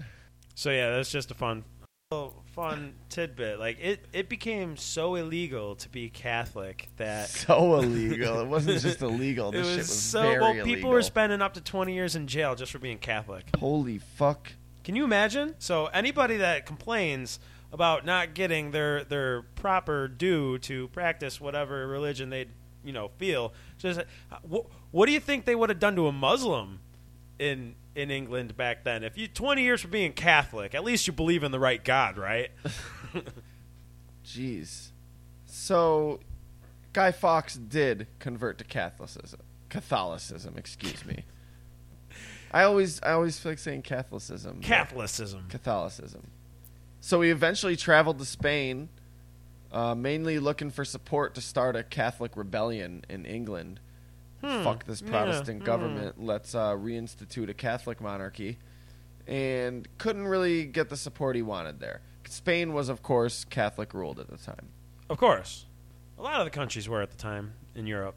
Speaker 2: So yeah, that's just a fun, little fun tidbit. Like it, it became so illegal to be Catholic <laughs>
Speaker 3: <laughs>
Speaker 2: that
Speaker 3: so illegal. It wasn't just illegal.
Speaker 2: <laughs> it
Speaker 3: This shit
Speaker 2: was
Speaker 3: was
Speaker 2: so.
Speaker 3: very
Speaker 2: well,
Speaker 3: illegal.
Speaker 2: people were spending up to twenty years in jail just for being Catholic.
Speaker 3: Holy fuck!
Speaker 2: Can you imagine? So anybody that complains about not getting their their proper due to practice whatever religion they you know feel, just what, what do you think they would have done to a Muslim in in England back then? If you twenty years for being Catholic, at least you believe in the right God, right? <laughs>
Speaker 3: Jeez. So, Guy Fox did convert to Catholicism. Catholicism, excuse
Speaker 2: <laughs>
Speaker 3: me. I always I always feel like saying Catholicism. but
Speaker 2: Catholicism.
Speaker 3: Catholicism. So he eventually traveled to Spain, uh, mainly looking for support to start a Catholic rebellion in England. Fuck this
Speaker 2: yeah,
Speaker 3: Protestant
Speaker 2: hmm.
Speaker 3: government. Let's uh, reinstitute a Catholic monarchy. And couldn't really get the support he wanted there. Spain was, of course, Catholic ruled at the time.
Speaker 2: Of course, a lot of the countries were at the time in Europe.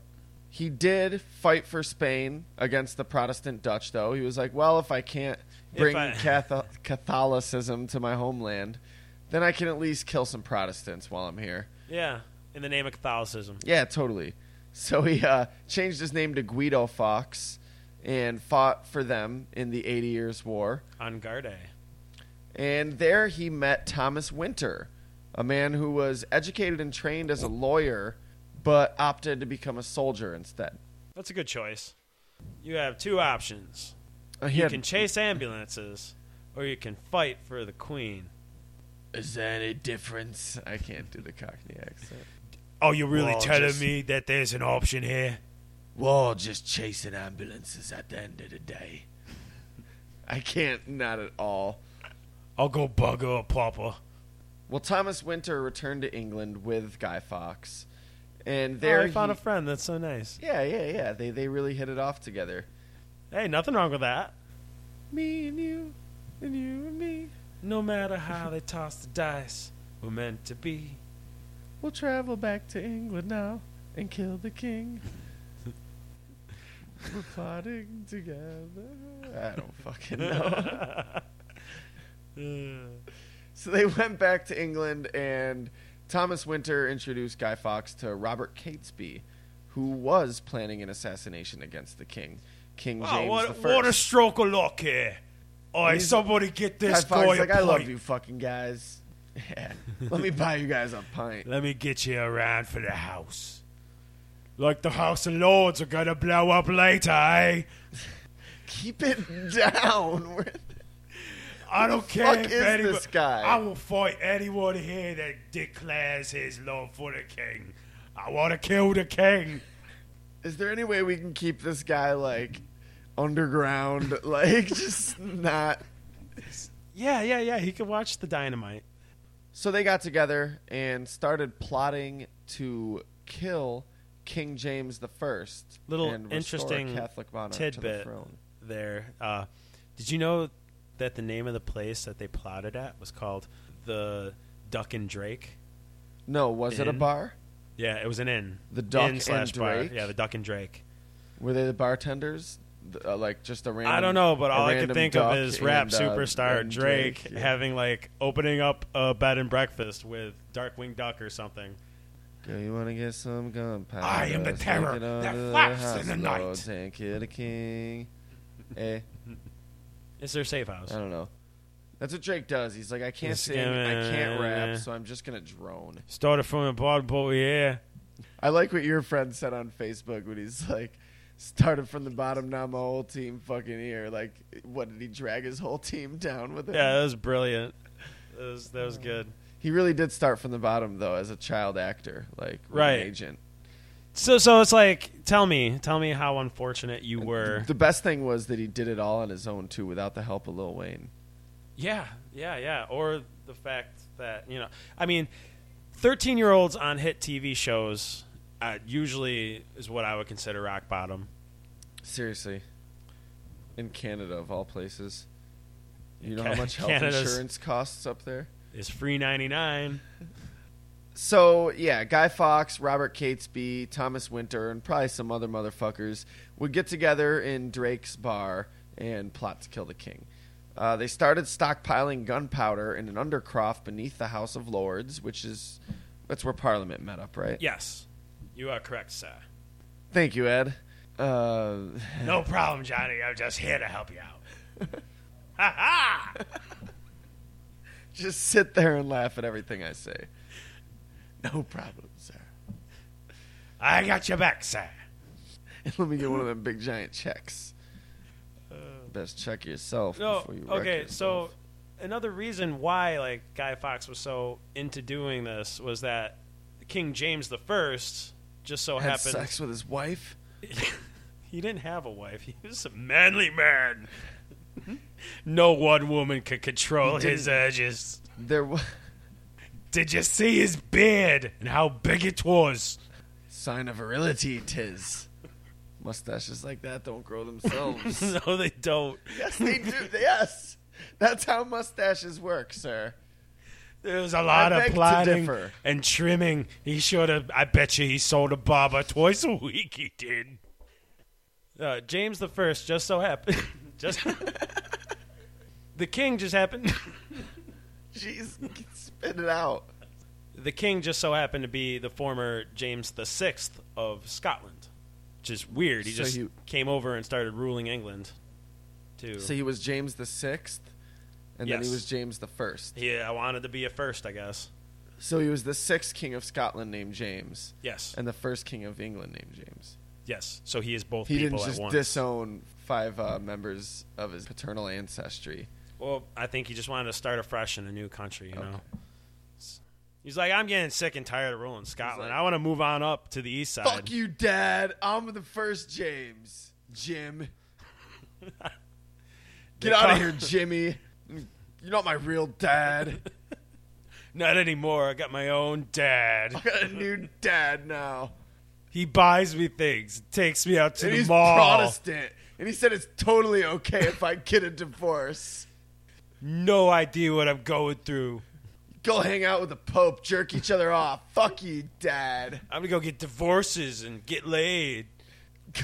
Speaker 3: He did fight for Spain against the Protestant Dutch, though. He was like, well, if I can't
Speaker 2: If
Speaker 3: bring
Speaker 2: I-
Speaker 3: Catho- Catholicism to my homeland, then I can at least kill some Protestants while I'm here.
Speaker 2: Yeah, in the name of Catholicism.
Speaker 3: Yeah, totally. So he uh, changed his name to Guido Fox and fought for them in the Eighty Years' War.
Speaker 2: On guard.
Speaker 3: And there he met Thomas Winter, a man who was educated and trained as a lawyer, but opted to become a soldier instead.
Speaker 2: That's a good choice. You have two options.
Speaker 3: Uh, he
Speaker 2: You
Speaker 3: had-
Speaker 2: can chase ambulances, or you can fight for the queen.
Speaker 3: Oh, Is there any difference? I can't do the Cockney accent.
Speaker 1: Are you really
Speaker 3: Well,
Speaker 1: telling
Speaker 3: just-
Speaker 1: me that there's an option here?
Speaker 3: Well, just chasing ambulances at the end of the day. I can't, not at all.
Speaker 1: I'll go bugger a papa.
Speaker 3: Well, Thomas Winter returned to England with Guy Fawkes, and
Speaker 2: There,
Speaker 3: there
Speaker 2: I found
Speaker 3: he-
Speaker 2: a friend. That's so nice.
Speaker 3: yeah, yeah, yeah. They they really hit it off together.
Speaker 2: Hey, nothing wrong with that.
Speaker 3: Me and you, and you and me,
Speaker 2: No matter how they toss the dice, we're meant to be.
Speaker 3: we'll travel back to England now and kill the <laughs> king. We're plotting together. I don't fucking know. <laughs>
Speaker 2: <laughs>
Speaker 3: so they <laughs> went back to England, and Thomas Winter introduced Guy Fawkes to Robert Catesby, who was planning an assassination against the king, King
Speaker 1: Wow,
Speaker 3: James the
Speaker 1: Ah, what,
Speaker 3: First.
Speaker 1: what a stroke of luck here. All right,
Speaker 3: He's-
Speaker 1: somebody get this
Speaker 3: Guy Fawkes
Speaker 1: boy a
Speaker 3: like, I love
Speaker 1: pint.
Speaker 3: you fucking guys. <laughs> Yeah. Let me buy you guys a pint.
Speaker 1: Let me get you around for the house. Like the House of Lords are gonna blow up later, eh?
Speaker 3: Keep it <laughs> down. We're-
Speaker 1: I don't care.
Speaker 3: fuck
Speaker 1: if
Speaker 3: is
Speaker 1: anybo-
Speaker 3: this guy?
Speaker 1: I will fight anyone here that declares his love for the king. I want to kill the king.
Speaker 3: Is there any way we can keep this guy like underground? <laughs> Like just not.
Speaker 2: Yeah, yeah, yeah. He could watch the dynamite.
Speaker 3: So they got together and started plotting to kill King James the First.
Speaker 2: Little
Speaker 3: and restore
Speaker 2: interesting
Speaker 3: Catholic monarch to the
Speaker 2: tidbit
Speaker 3: throne.
Speaker 2: there. Uh, did you know that the name of the place that they plotted at was called the Duck and Drake?
Speaker 3: No, was it a
Speaker 2: In?
Speaker 3: bar?
Speaker 2: Yeah, it was an inn.
Speaker 3: The Duck
Speaker 2: inn
Speaker 3: and
Speaker 2: slash bar.
Speaker 3: Drake?
Speaker 2: Yeah, the Duck and Drake.
Speaker 3: Were they the bartenders? Th- Uh, like just a random.
Speaker 2: I don't know, but
Speaker 3: a
Speaker 2: all I can
Speaker 3: random
Speaker 2: think of
Speaker 3: duck
Speaker 2: is rap
Speaker 3: and, uh,
Speaker 2: superstar
Speaker 3: and
Speaker 2: Drake,
Speaker 3: yeah.
Speaker 2: having like opening up a bed and breakfast with Darkwing Duck or something.
Speaker 3: Girl, you want to get some gunpowder?
Speaker 1: I am the
Speaker 3: stick
Speaker 1: terror
Speaker 3: it under
Speaker 1: that
Speaker 3: the
Speaker 1: flaps
Speaker 3: house
Speaker 1: in the night.
Speaker 3: lords And kill the king. Eh,
Speaker 2: It's their safe house.
Speaker 3: I don't know. That's what Drake does. He's like, I can't
Speaker 2: It's
Speaker 3: sing, I can't
Speaker 2: gonna-
Speaker 3: rap, so I'm just gonna drone.
Speaker 2: Started from a bottom, but yeah.
Speaker 3: I like what your friend said on Facebook when he's like, started from the bottom, now my whole team fucking here. Like, what did he drag his whole team down with him?
Speaker 2: Yeah, that was brilliant. That was, that was good.
Speaker 3: He really did start from the bottom though, as a child actor, like with an
Speaker 2: Right.
Speaker 3: agent.
Speaker 2: So, so it's like, tell me, tell me how unfortunate you were.
Speaker 3: The best thing was that he did it all on his own too, without the help of Lil Wayne.
Speaker 2: Yeah, yeah, yeah. Or the fact that you know, I mean, thirteen-year-olds on hit TV shows uh, usually is what I would consider rock bottom.
Speaker 3: Seriously. In Canada, of all places. You know how
Speaker 2: Ca-
Speaker 3: much health
Speaker 2: Canada's-
Speaker 3: insurance costs up there?
Speaker 2: Is free ninety-nine.
Speaker 3: So, yeah, Guy Fawkes, Robert Catesby, Thomas Winter, and probably some other motherfuckers would get together in Drake's bar and plot to kill the king. Uh, they started stockpiling gunpowder in an undercroft beneath the House of Lords, which is. That's where Parliament met up, right?
Speaker 2: Yes, you are correct, sir.
Speaker 3: Thank you, Ed. Uh, <laughs>
Speaker 1: No problem, Johnny. I'm just here to help you out.
Speaker 3: just sit there and laugh at everything I say. No problem, sir. <laughs>
Speaker 1: I got your back, sir.
Speaker 3: And let me get one of them big giant checks. Best check yourself
Speaker 2: Uh, No,
Speaker 3: before you wreck
Speaker 2: okay. So
Speaker 3: yourself.
Speaker 2: another reason why like Guy Fox was so into doing this was that King James the First just so
Speaker 3: had
Speaker 2: happened
Speaker 3: sex with his wife.
Speaker 2: <laughs> he didn't have a wife. He was a manly man.
Speaker 3: Hmm?
Speaker 2: no one woman could control his urges.
Speaker 3: There was
Speaker 1: Did you see his beard and how big it was?
Speaker 3: <laughs> sign of virility, tis. Mustaches like that don't grow themselves.
Speaker 2: <laughs> no, they don't.
Speaker 3: yes, they do. Yes, that's how mustaches work, sir.
Speaker 1: There was a lot
Speaker 3: beg
Speaker 1: of
Speaker 3: to
Speaker 1: plotting
Speaker 3: differ.
Speaker 1: and trimming. He should have. I bet you he sold a barber twice a week. He did.
Speaker 2: Uh, James the First just so happened. <laughs>
Speaker 3: <laughs>
Speaker 2: just the king just happened. <laughs>
Speaker 3: Jeez, <laughs> spit it out.
Speaker 2: the king just so happened to be the former James the Sixth of Scotland, which is weird. He
Speaker 3: So
Speaker 2: just
Speaker 3: he-
Speaker 2: came over and started ruling England. Too.
Speaker 3: So he was James the sixth, and then
Speaker 2: Yes.
Speaker 3: he was James the first.
Speaker 2: yeah, I wanted to be a first, I guess.
Speaker 3: So he was the sixth king of Scotland named James,
Speaker 2: Yes.
Speaker 3: and the first king of England named James.
Speaker 2: yes. So he is both
Speaker 3: He
Speaker 2: people
Speaker 3: didn't
Speaker 2: at
Speaker 3: just
Speaker 2: once.
Speaker 3: disown five uh, members of his paternal ancestry.
Speaker 2: well, I think he just wanted to start afresh in a new country, you know.
Speaker 3: Okay.
Speaker 2: S- He's like, I'm getting sick and tired of ruling Scotland.
Speaker 3: like-
Speaker 2: I want to move on up to the east side.
Speaker 3: Fuck you, Dad. I'm the first James.
Speaker 2: <laughs>
Speaker 3: Jim. Get out of here, Jimmy. You're not my real dad.
Speaker 2: Not anymore. I got my own
Speaker 3: I
Speaker 2: dad.
Speaker 3: got a new dad now.
Speaker 2: He buys me things, takes me out to
Speaker 3: And
Speaker 2: the
Speaker 3: he's
Speaker 2: mall.
Speaker 3: Protestant. And he said it's totally okay if I get a divorce.
Speaker 2: No idea what I'm going through.
Speaker 3: Go hang out with the Pope, jerk each other off. Fuck you, Dad.
Speaker 2: I'm gonna go get divorces and get laid.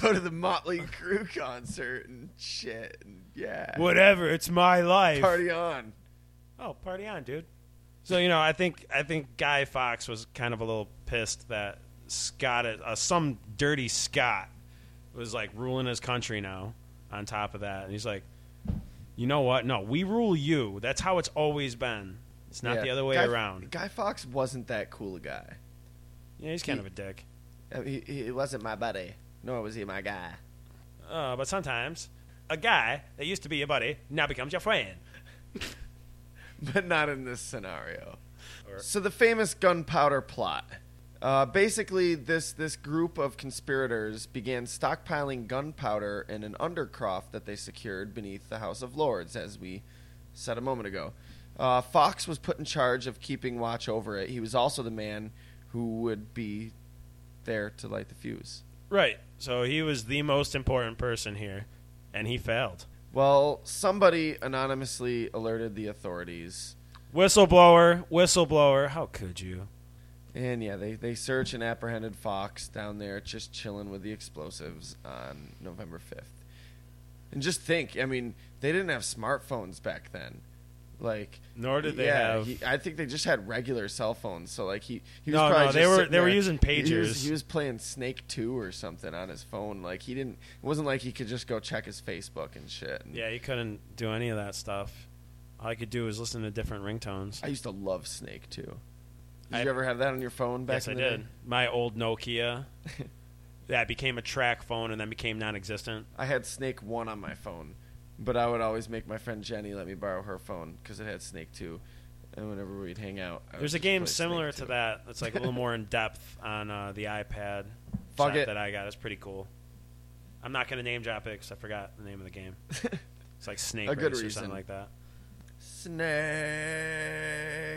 Speaker 3: Go to the Motley Crue concert and shit. And yeah.
Speaker 2: Whatever. It's my life.
Speaker 3: Party on.
Speaker 2: Oh, party on, dude. So you know, I think I think Guy Fox was kind of a little pissed that Scott, uh, some dirty Scott, was like ruling his country now. On top of that, and he's like, you know what? No, we rule you. That's how it's always been. It's not
Speaker 3: Yeah.
Speaker 2: the other way
Speaker 3: Guy-
Speaker 2: around.
Speaker 3: Guy Fox wasn't that cool a guy.
Speaker 2: Yeah, he's kind
Speaker 3: he-
Speaker 2: of a dick.
Speaker 3: I mean, Uh, he, he wasn't my buddy, nor was he my guy. <laughs>
Speaker 2: Uh, but sometimes a guy that used to be your buddy now becomes your friend.
Speaker 3: But not in this scenario.
Speaker 2: Or-
Speaker 3: So the famous gunpowder plot. Uh, basically, this, this group of conspirators began stockpiling gunpowder in an undercroft that they secured beneath the House of Lords, as we said a moment ago. Uh, Fox was put in charge of keeping watch over it. He was also the man who would be there to light the fuse.
Speaker 2: Right. So he was the most important person here, and he failed.
Speaker 3: Well, somebody anonymously alerted the authorities.
Speaker 2: Whistleblower, whistleblower. How could you?
Speaker 3: And yeah, they, they search and apprehended Fox down there just chilling with the explosives on November 5th. And just think, I mean, they didn't have smartphones back then. Like,
Speaker 2: Nor did they
Speaker 3: yeah,
Speaker 2: have-
Speaker 3: he- I think they just had regular cell phones. So like he, he was
Speaker 2: No,
Speaker 3: probably
Speaker 2: no, they
Speaker 3: just
Speaker 2: were-
Speaker 3: sitting
Speaker 2: they were
Speaker 3: there.
Speaker 2: using
Speaker 3: He was- He
Speaker 2: pagers.
Speaker 3: was, playing Snake Two or something on his phone. Like he didn't. It wasn't like he could just go check his Facebook and shit. And
Speaker 2: Yeah, you couldn't do any of that stuff. All I could do was listen to different ringtones.
Speaker 3: I used to love Snake Two. Did
Speaker 2: I-
Speaker 3: you ever have that on your phone back?
Speaker 2: yes, I
Speaker 3: in the
Speaker 2: did.
Speaker 3: Day?
Speaker 2: My old Nokia
Speaker 3: <laughs>
Speaker 2: that became a track phone and then became non-existent.
Speaker 3: I had Snake One on my phone, but I would always make my friend Jenny let me borrow her phone because it had Snake Two, and whenever we'd hang out, I would
Speaker 2: There's a
Speaker 3: Oh, just
Speaker 2: game
Speaker 3: play
Speaker 2: similar
Speaker 3: Snake
Speaker 2: to
Speaker 3: 2. <laughs>
Speaker 2: that that's like a little more in depth on uh, the iPad.
Speaker 3: Fuck
Speaker 2: set
Speaker 3: it.
Speaker 2: That I got It's pretty cool. I'm not gonna name drop it because I forgot the name of the game. It's like Snake
Speaker 3: <laughs> A good
Speaker 2: Race or
Speaker 3: reason.
Speaker 2: something like that.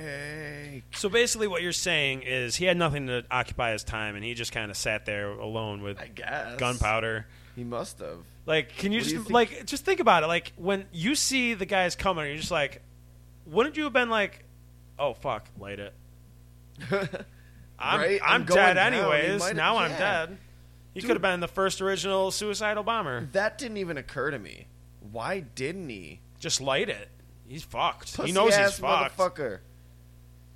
Speaker 3: Snake.
Speaker 2: So basically, what you're saying is he had nothing to occupy his time, and he just kind of sat there alone with
Speaker 3: I guess
Speaker 2: gunpowder.
Speaker 3: He must have. <laughs>
Speaker 2: Like, can you
Speaker 3: What do
Speaker 2: just
Speaker 3: you think-
Speaker 2: like just think about it? Like when you see the guys coming, you're just like, wouldn't you have been like, oh fuck, light it? I'm
Speaker 3: Right?
Speaker 2: I'm,
Speaker 3: I'm going
Speaker 2: dead
Speaker 3: down. He
Speaker 2: anyways.
Speaker 3: might-
Speaker 2: Now I'm
Speaker 3: yeah.
Speaker 2: dead. He
Speaker 3: Dude.
Speaker 2: could have been the first original suicidal bomber.
Speaker 3: that didn't even occur to me. Why didn't he?
Speaker 2: Just light it. He's fucked.
Speaker 3: Pussy
Speaker 2: he knows
Speaker 3: ass
Speaker 2: he's fucked.
Speaker 3: motherfucker.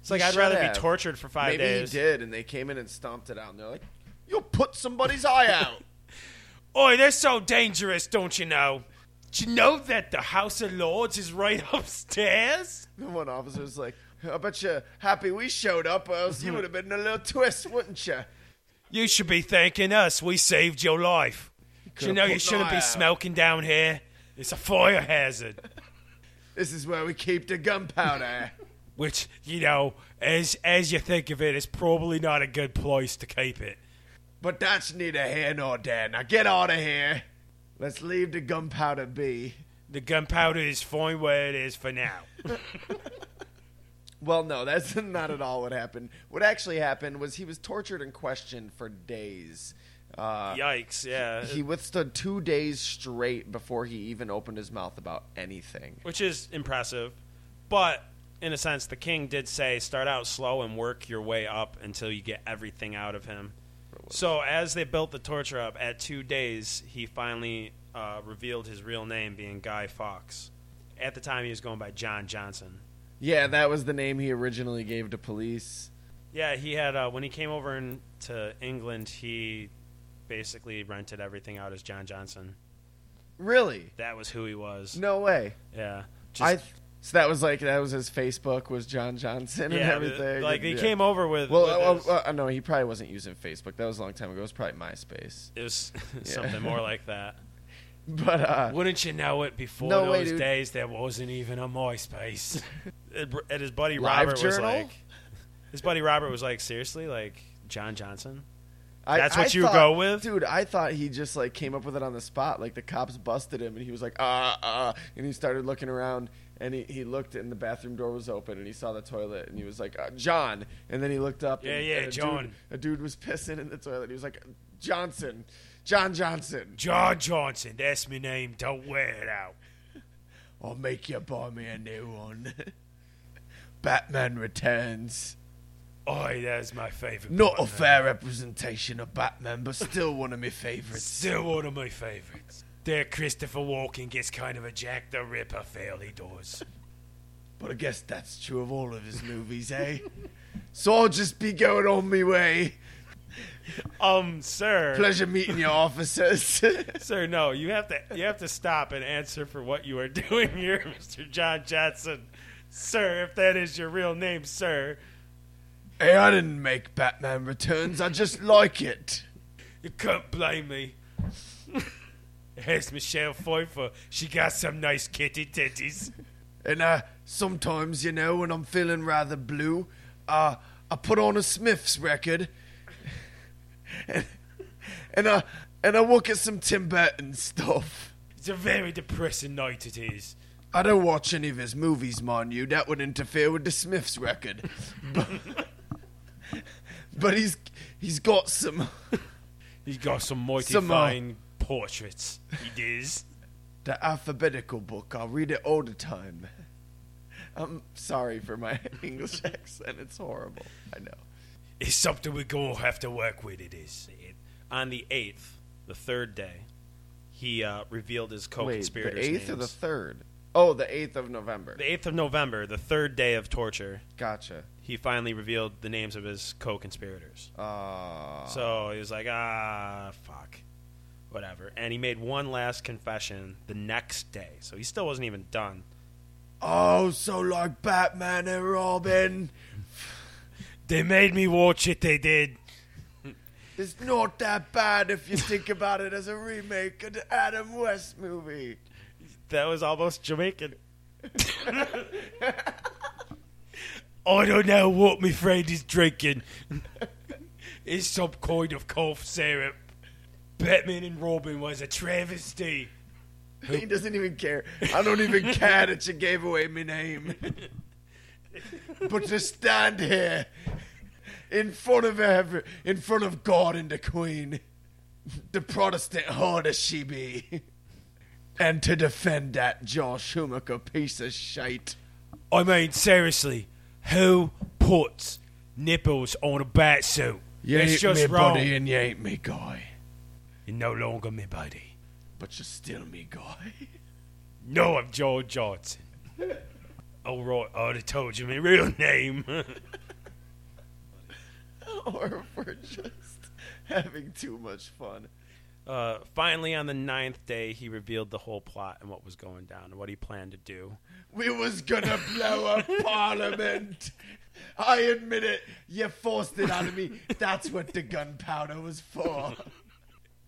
Speaker 2: It's like
Speaker 3: He
Speaker 2: I'd
Speaker 3: should
Speaker 2: rather
Speaker 3: have.
Speaker 2: be tortured for five
Speaker 3: Maybe
Speaker 2: days.
Speaker 3: he did, and they came in and stomped it out, and they're like, "You'll put somebody's eye
Speaker 2: <laughs>
Speaker 3: out."
Speaker 2: Oi, they're so dangerous, don't you know? Do you know that the House of Lords is right <laughs> upstairs?
Speaker 3: And one officer's like, I bet you happy we showed up, or else you would have been in a little twist, wouldn't you?
Speaker 2: You should be thanking us. We saved your life. Do you
Speaker 3: could've
Speaker 2: know
Speaker 3: put
Speaker 2: you
Speaker 3: an
Speaker 2: shouldn't
Speaker 3: eye
Speaker 2: be
Speaker 3: out.
Speaker 2: smoking down here? It's a fire hazard.
Speaker 3: This is where we keep the
Speaker 2: <laughs>
Speaker 3: gunpowder.
Speaker 2: Which, you know, as as you think of it, it's probably not a good place to keep it.
Speaker 3: but that's neither here nor there. Now get out of here. Let's leave the gunpowder be.
Speaker 2: The gunpowder is fine where it is
Speaker 3: <laughs>
Speaker 2: for now.
Speaker 3: Well, no, that's <laughs> not at all what happened. What actually happened was he was tortured and questioned for days. Uh,
Speaker 2: Yikes, yeah.
Speaker 3: He withstood two days straight before he even opened his mouth about anything.
Speaker 2: Which is impressive. But in a sense, the king did say start out slow and work your way up until you get everything out of him. So as they built the torture up, at two days, he finally uh, revealed his real name being Guy Fawkes. At the time, he was going by John Johnson.
Speaker 3: Yeah, that was the name he originally gave to police.
Speaker 2: Yeah, he had uh, when he came over in, to England, he basically rented everything out as John Johnson.
Speaker 3: Really?
Speaker 2: That was who he was.
Speaker 3: No way.
Speaker 2: Yeah,
Speaker 3: I
Speaker 2: just
Speaker 3: th- So that was like that was his Facebook was John Johnson and
Speaker 2: yeah,
Speaker 3: everything.
Speaker 2: like
Speaker 3: and,
Speaker 2: he
Speaker 3: yeah.
Speaker 2: came over with.
Speaker 3: Well,
Speaker 2: with
Speaker 3: uh,
Speaker 2: his-
Speaker 3: uh, uh, no, he probably wasn't using Facebook. That was a long time ago. It was probably MySpace. <laughs>
Speaker 2: it <laughs> was something more like that.
Speaker 3: But uh,
Speaker 2: Wouldn't you know it? Before
Speaker 3: No way,
Speaker 2: those
Speaker 3: dude.
Speaker 2: days, there wasn't even
Speaker 3: <laughs>
Speaker 2: a MySpace. and and his buddy
Speaker 3: Live
Speaker 2: Robert was
Speaker 3: Journal?
Speaker 2: like, his buddy Robert was like, seriously, like John Johnson.
Speaker 3: I-
Speaker 2: That's
Speaker 3: I
Speaker 2: what you
Speaker 3: thought-
Speaker 2: go with?
Speaker 3: dude. I thought he just like came up with it on the spot. Like the cops busted him, and he was like, uh, uh, and he started looking around, and he, he looked, and the bathroom door was open, and he saw the toilet, and he was like, uh, John, and then he looked up,
Speaker 2: Yeah,
Speaker 3: and,
Speaker 2: yeah,
Speaker 3: and a
Speaker 2: John.
Speaker 3: Dude, a dude was pissing in the toilet. He was like, Johnson, John Johnson,
Speaker 1: John Johnson, that's my name. Don't wear it out.
Speaker 3: I'll make you buy me a new one. <laughs> Batman Returns.
Speaker 1: Oi, that's my favorite.
Speaker 3: Not a
Speaker 1: Batman.
Speaker 3: fair representation of Batman, but still one of my favorites.
Speaker 1: Still one of my favorites. There, Christopher Walken gets kind of a Jack the Ripper feel. He does.
Speaker 3: But I guess that's true of all of his movies, eh? <laughs> so I'll just be going on me way.
Speaker 2: Um, sir,
Speaker 3: Pleasure meeting you, officers. <laughs>
Speaker 2: sir, no, you have to, you have to stop and answer for what you are <laughs> doing here, Mister John Johnson, sir. If that is your real name, sir,
Speaker 3: hey, I didn't make Batman Returns. I just like it.
Speaker 1: You can't blame
Speaker 2: <laughs>
Speaker 1: me. Here's Michelle Pfeiffer. She got some nice kitty titties.
Speaker 3: And uh, sometimes, you know, when I'm feeling rather blue, uh, I put on a Smiths record, <laughs> and, and I and I look at some Tim Burton stuff.
Speaker 1: It's a very depressing night it is.
Speaker 3: I don't watch any of his movies, mind you. That would interfere with the Smiths record. <laughs> But, but he's he's got some.
Speaker 1: He's got some mighty
Speaker 3: Some, uh,
Speaker 1: fine portraits. He does.
Speaker 3: The alphabetical book. I read it all the time. I'm sorry for my <laughs> English accent. It's horrible. I know.
Speaker 1: It's something we're going to have to work with, it is. It-
Speaker 2: on the eighth, the third day, he uh, revealed his co-conspirators'
Speaker 3: the eighth
Speaker 2: names.
Speaker 3: or the third? Oh, the eighth of November.
Speaker 2: the eighth of November, the third day of torture.
Speaker 3: Gotcha.
Speaker 2: he finally revealed the names of his co-conspirators.
Speaker 3: Uh,
Speaker 2: So he was like, ah, fuck, whatever. And he made one last confession the next day. So he still wasn't even done.
Speaker 3: oh, so like Batman and Robin.
Speaker 1: They made me watch it, they did.
Speaker 3: It's not that bad if you think about it as a remake of the Adam West movie.
Speaker 2: That was almost Jamaican.
Speaker 1: I don't know what my friend is drinking. <laughs> it's some kind of cough syrup. Batman and Robin was a travesty.
Speaker 3: He doesn't even care. I don't even care that you gave away my name. but to stand here in front of every, in front of God and the Queen, the Protestant whore that she be, and to defend that Josh Schumacher piece of shite.
Speaker 1: I mean, seriously, who puts nipples on a bat suit?
Speaker 3: You
Speaker 1: it's
Speaker 3: ain't
Speaker 1: just
Speaker 3: me
Speaker 1: wrong.
Speaker 3: buddy and you ain't me guy,
Speaker 1: You're no longer my buddy.
Speaker 3: but you're still me guy.
Speaker 1: No, I'm George Johnson.
Speaker 2: Oh,
Speaker 1: All right, I'd have told you my real name. <laughs>
Speaker 3: <laughs> or if we're just having too much fun.
Speaker 2: Uh, finally, on the ninth day, he revealed the whole plot and what was going down and what he planned to do.
Speaker 3: We was gonna
Speaker 1: <laughs>
Speaker 3: blow up Parliament. I admit it. You forced it out of me. That's what the gunpowder was for.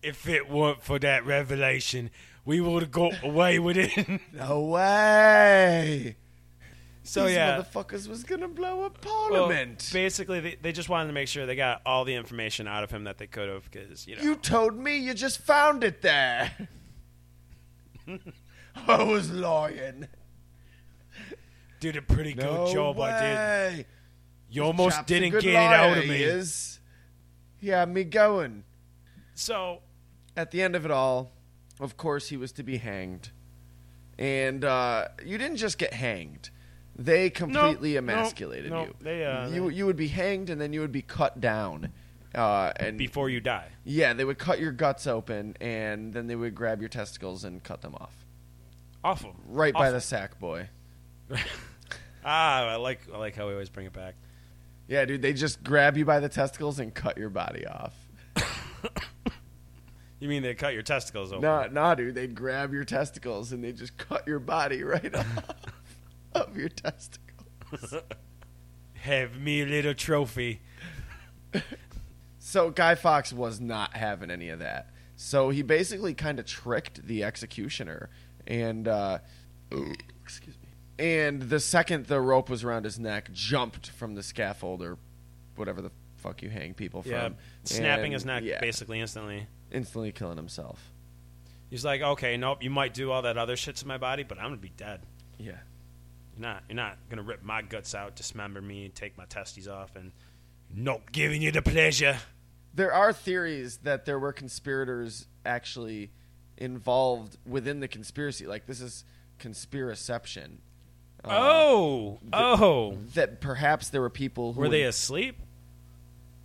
Speaker 1: if it weren't for that revelation, we would have got away with it.
Speaker 3: No way.
Speaker 2: <laughs> So
Speaker 3: These
Speaker 2: yeah,
Speaker 3: motherfuckers was gonna blow up
Speaker 2: well,
Speaker 3: Parliament.
Speaker 2: basically, they, they just wanted to make sure they got all the information out of him that they could have, because you know,
Speaker 3: you told me you just found it there. <laughs> I was lying.
Speaker 1: did a pretty good job I did.
Speaker 3: did.
Speaker 1: You almost
Speaker 3: Chops a
Speaker 1: didn't
Speaker 3: good
Speaker 1: get it out
Speaker 3: liar
Speaker 1: of
Speaker 3: he
Speaker 1: me.
Speaker 3: Is. He had me going.
Speaker 2: so
Speaker 3: at the end of it all, of course, he was to be hanged. And uh, you didn't just get hanged; they completely
Speaker 2: no,
Speaker 3: emasculated
Speaker 2: no,
Speaker 3: you.
Speaker 2: they, uh,
Speaker 3: you you would be hanged, and then you would be cut down. Uh, and
Speaker 2: before you die.
Speaker 3: yeah, they would cut your guts open, and then they would grab your testicles and cut them off
Speaker 2: Awful.
Speaker 3: right by
Speaker 2: Awful.
Speaker 3: the sack boy.
Speaker 2: Ah, I like I like how we always bring it back.
Speaker 3: Yeah, dude, they just grab you by the testicles and cut your body off.
Speaker 2: You mean they cut your testicles open?
Speaker 3: Nah, nah, dude, they'd grab your testicles and they just cut your body right <laughs> off. of your testicle.
Speaker 2: Have me a little trophy.
Speaker 3: So Guy Fox was not having any of that. So he basically kind of tricked the executioner, and uh, excuse me. And the second the rope was around his neck, jumped from the scaffold or whatever the fuck you hang people from.
Speaker 2: Yeah, snapping
Speaker 3: and-
Speaker 2: his neck
Speaker 3: yeah,
Speaker 2: basically instantly.
Speaker 3: instantly killing himself.
Speaker 2: He's like, okay, nope, you might do all that other shit to my body, but I'm gonna be dead.
Speaker 3: Yeah,
Speaker 2: You're not, you're not gonna rip my guts out, dismember me, take my testes off, and nope, giving you the pleasure.
Speaker 3: there are theories that there were conspirators actually involved within the conspiracy. Like this is conspiraception. Uh, Um,
Speaker 2: oh, oh,
Speaker 3: That perhaps there were people who
Speaker 2: were they asleep?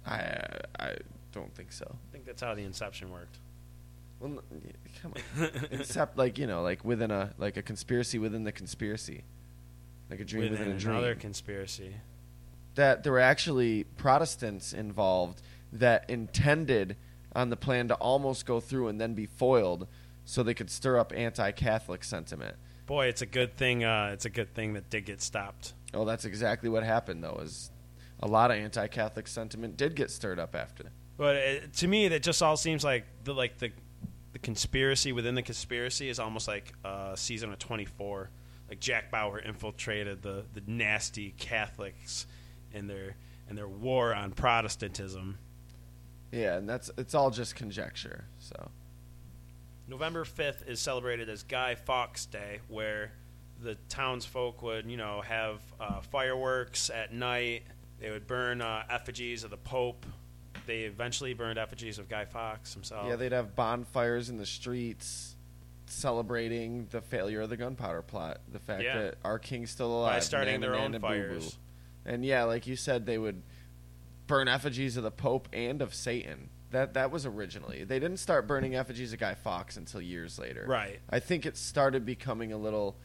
Speaker 3: I I don't think so.
Speaker 2: I think that's how the Inception <laughs> worked.
Speaker 3: Well, n- yeah, come on. Except like you know, like within a like a conspiracy within the conspiracy, like a dream within, a dream.
Speaker 2: another conspiracy.
Speaker 3: that there were actually Protestants involved that intended on the plan to almost go through and then be foiled, so they could stir up anti-Catholic sentiment.
Speaker 2: Boy, it's a good thing. Uh, it's a good thing that did get stopped.
Speaker 3: Oh, that's exactly what happened though. Is a lot of anti-Catholic sentiment did get stirred up after. that.
Speaker 2: But it, to me, that just all seems like the like the the conspiracy within the conspiracy is almost like uh, season of twenty four. Like Jack Bauer infiltrated the, the nasty Catholics and their and their war on Protestantism.
Speaker 3: Yeah, and that's it's all just conjecture. So
Speaker 2: November fifth is celebrated as Guy Fawkes Day, where the townsfolk would you know have uh, fireworks at night. They would burn uh, effigies of the Pope. They eventually burned effigies of Guy Fawkes himself.
Speaker 3: Yeah, they'd have bonfires in the streets celebrating the failure of the gunpowder plot, the fact
Speaker 2: Yeah.
Speaker 3: that our king's still alive.
Speaker 2: by starting
Speaker 3: Nana,
Speaker 2: their own
Speaker 3: Nana, Boo
Speaker 2: fires.
Speaker 3: Boo. And yeah, like you said, they would burn effigies of the Pope and of Satan. That that was originally. They didn't start burning effigies of Guy Fox until years later.
Speaker 2: Right.
Speaker 3: I think it started becoming a little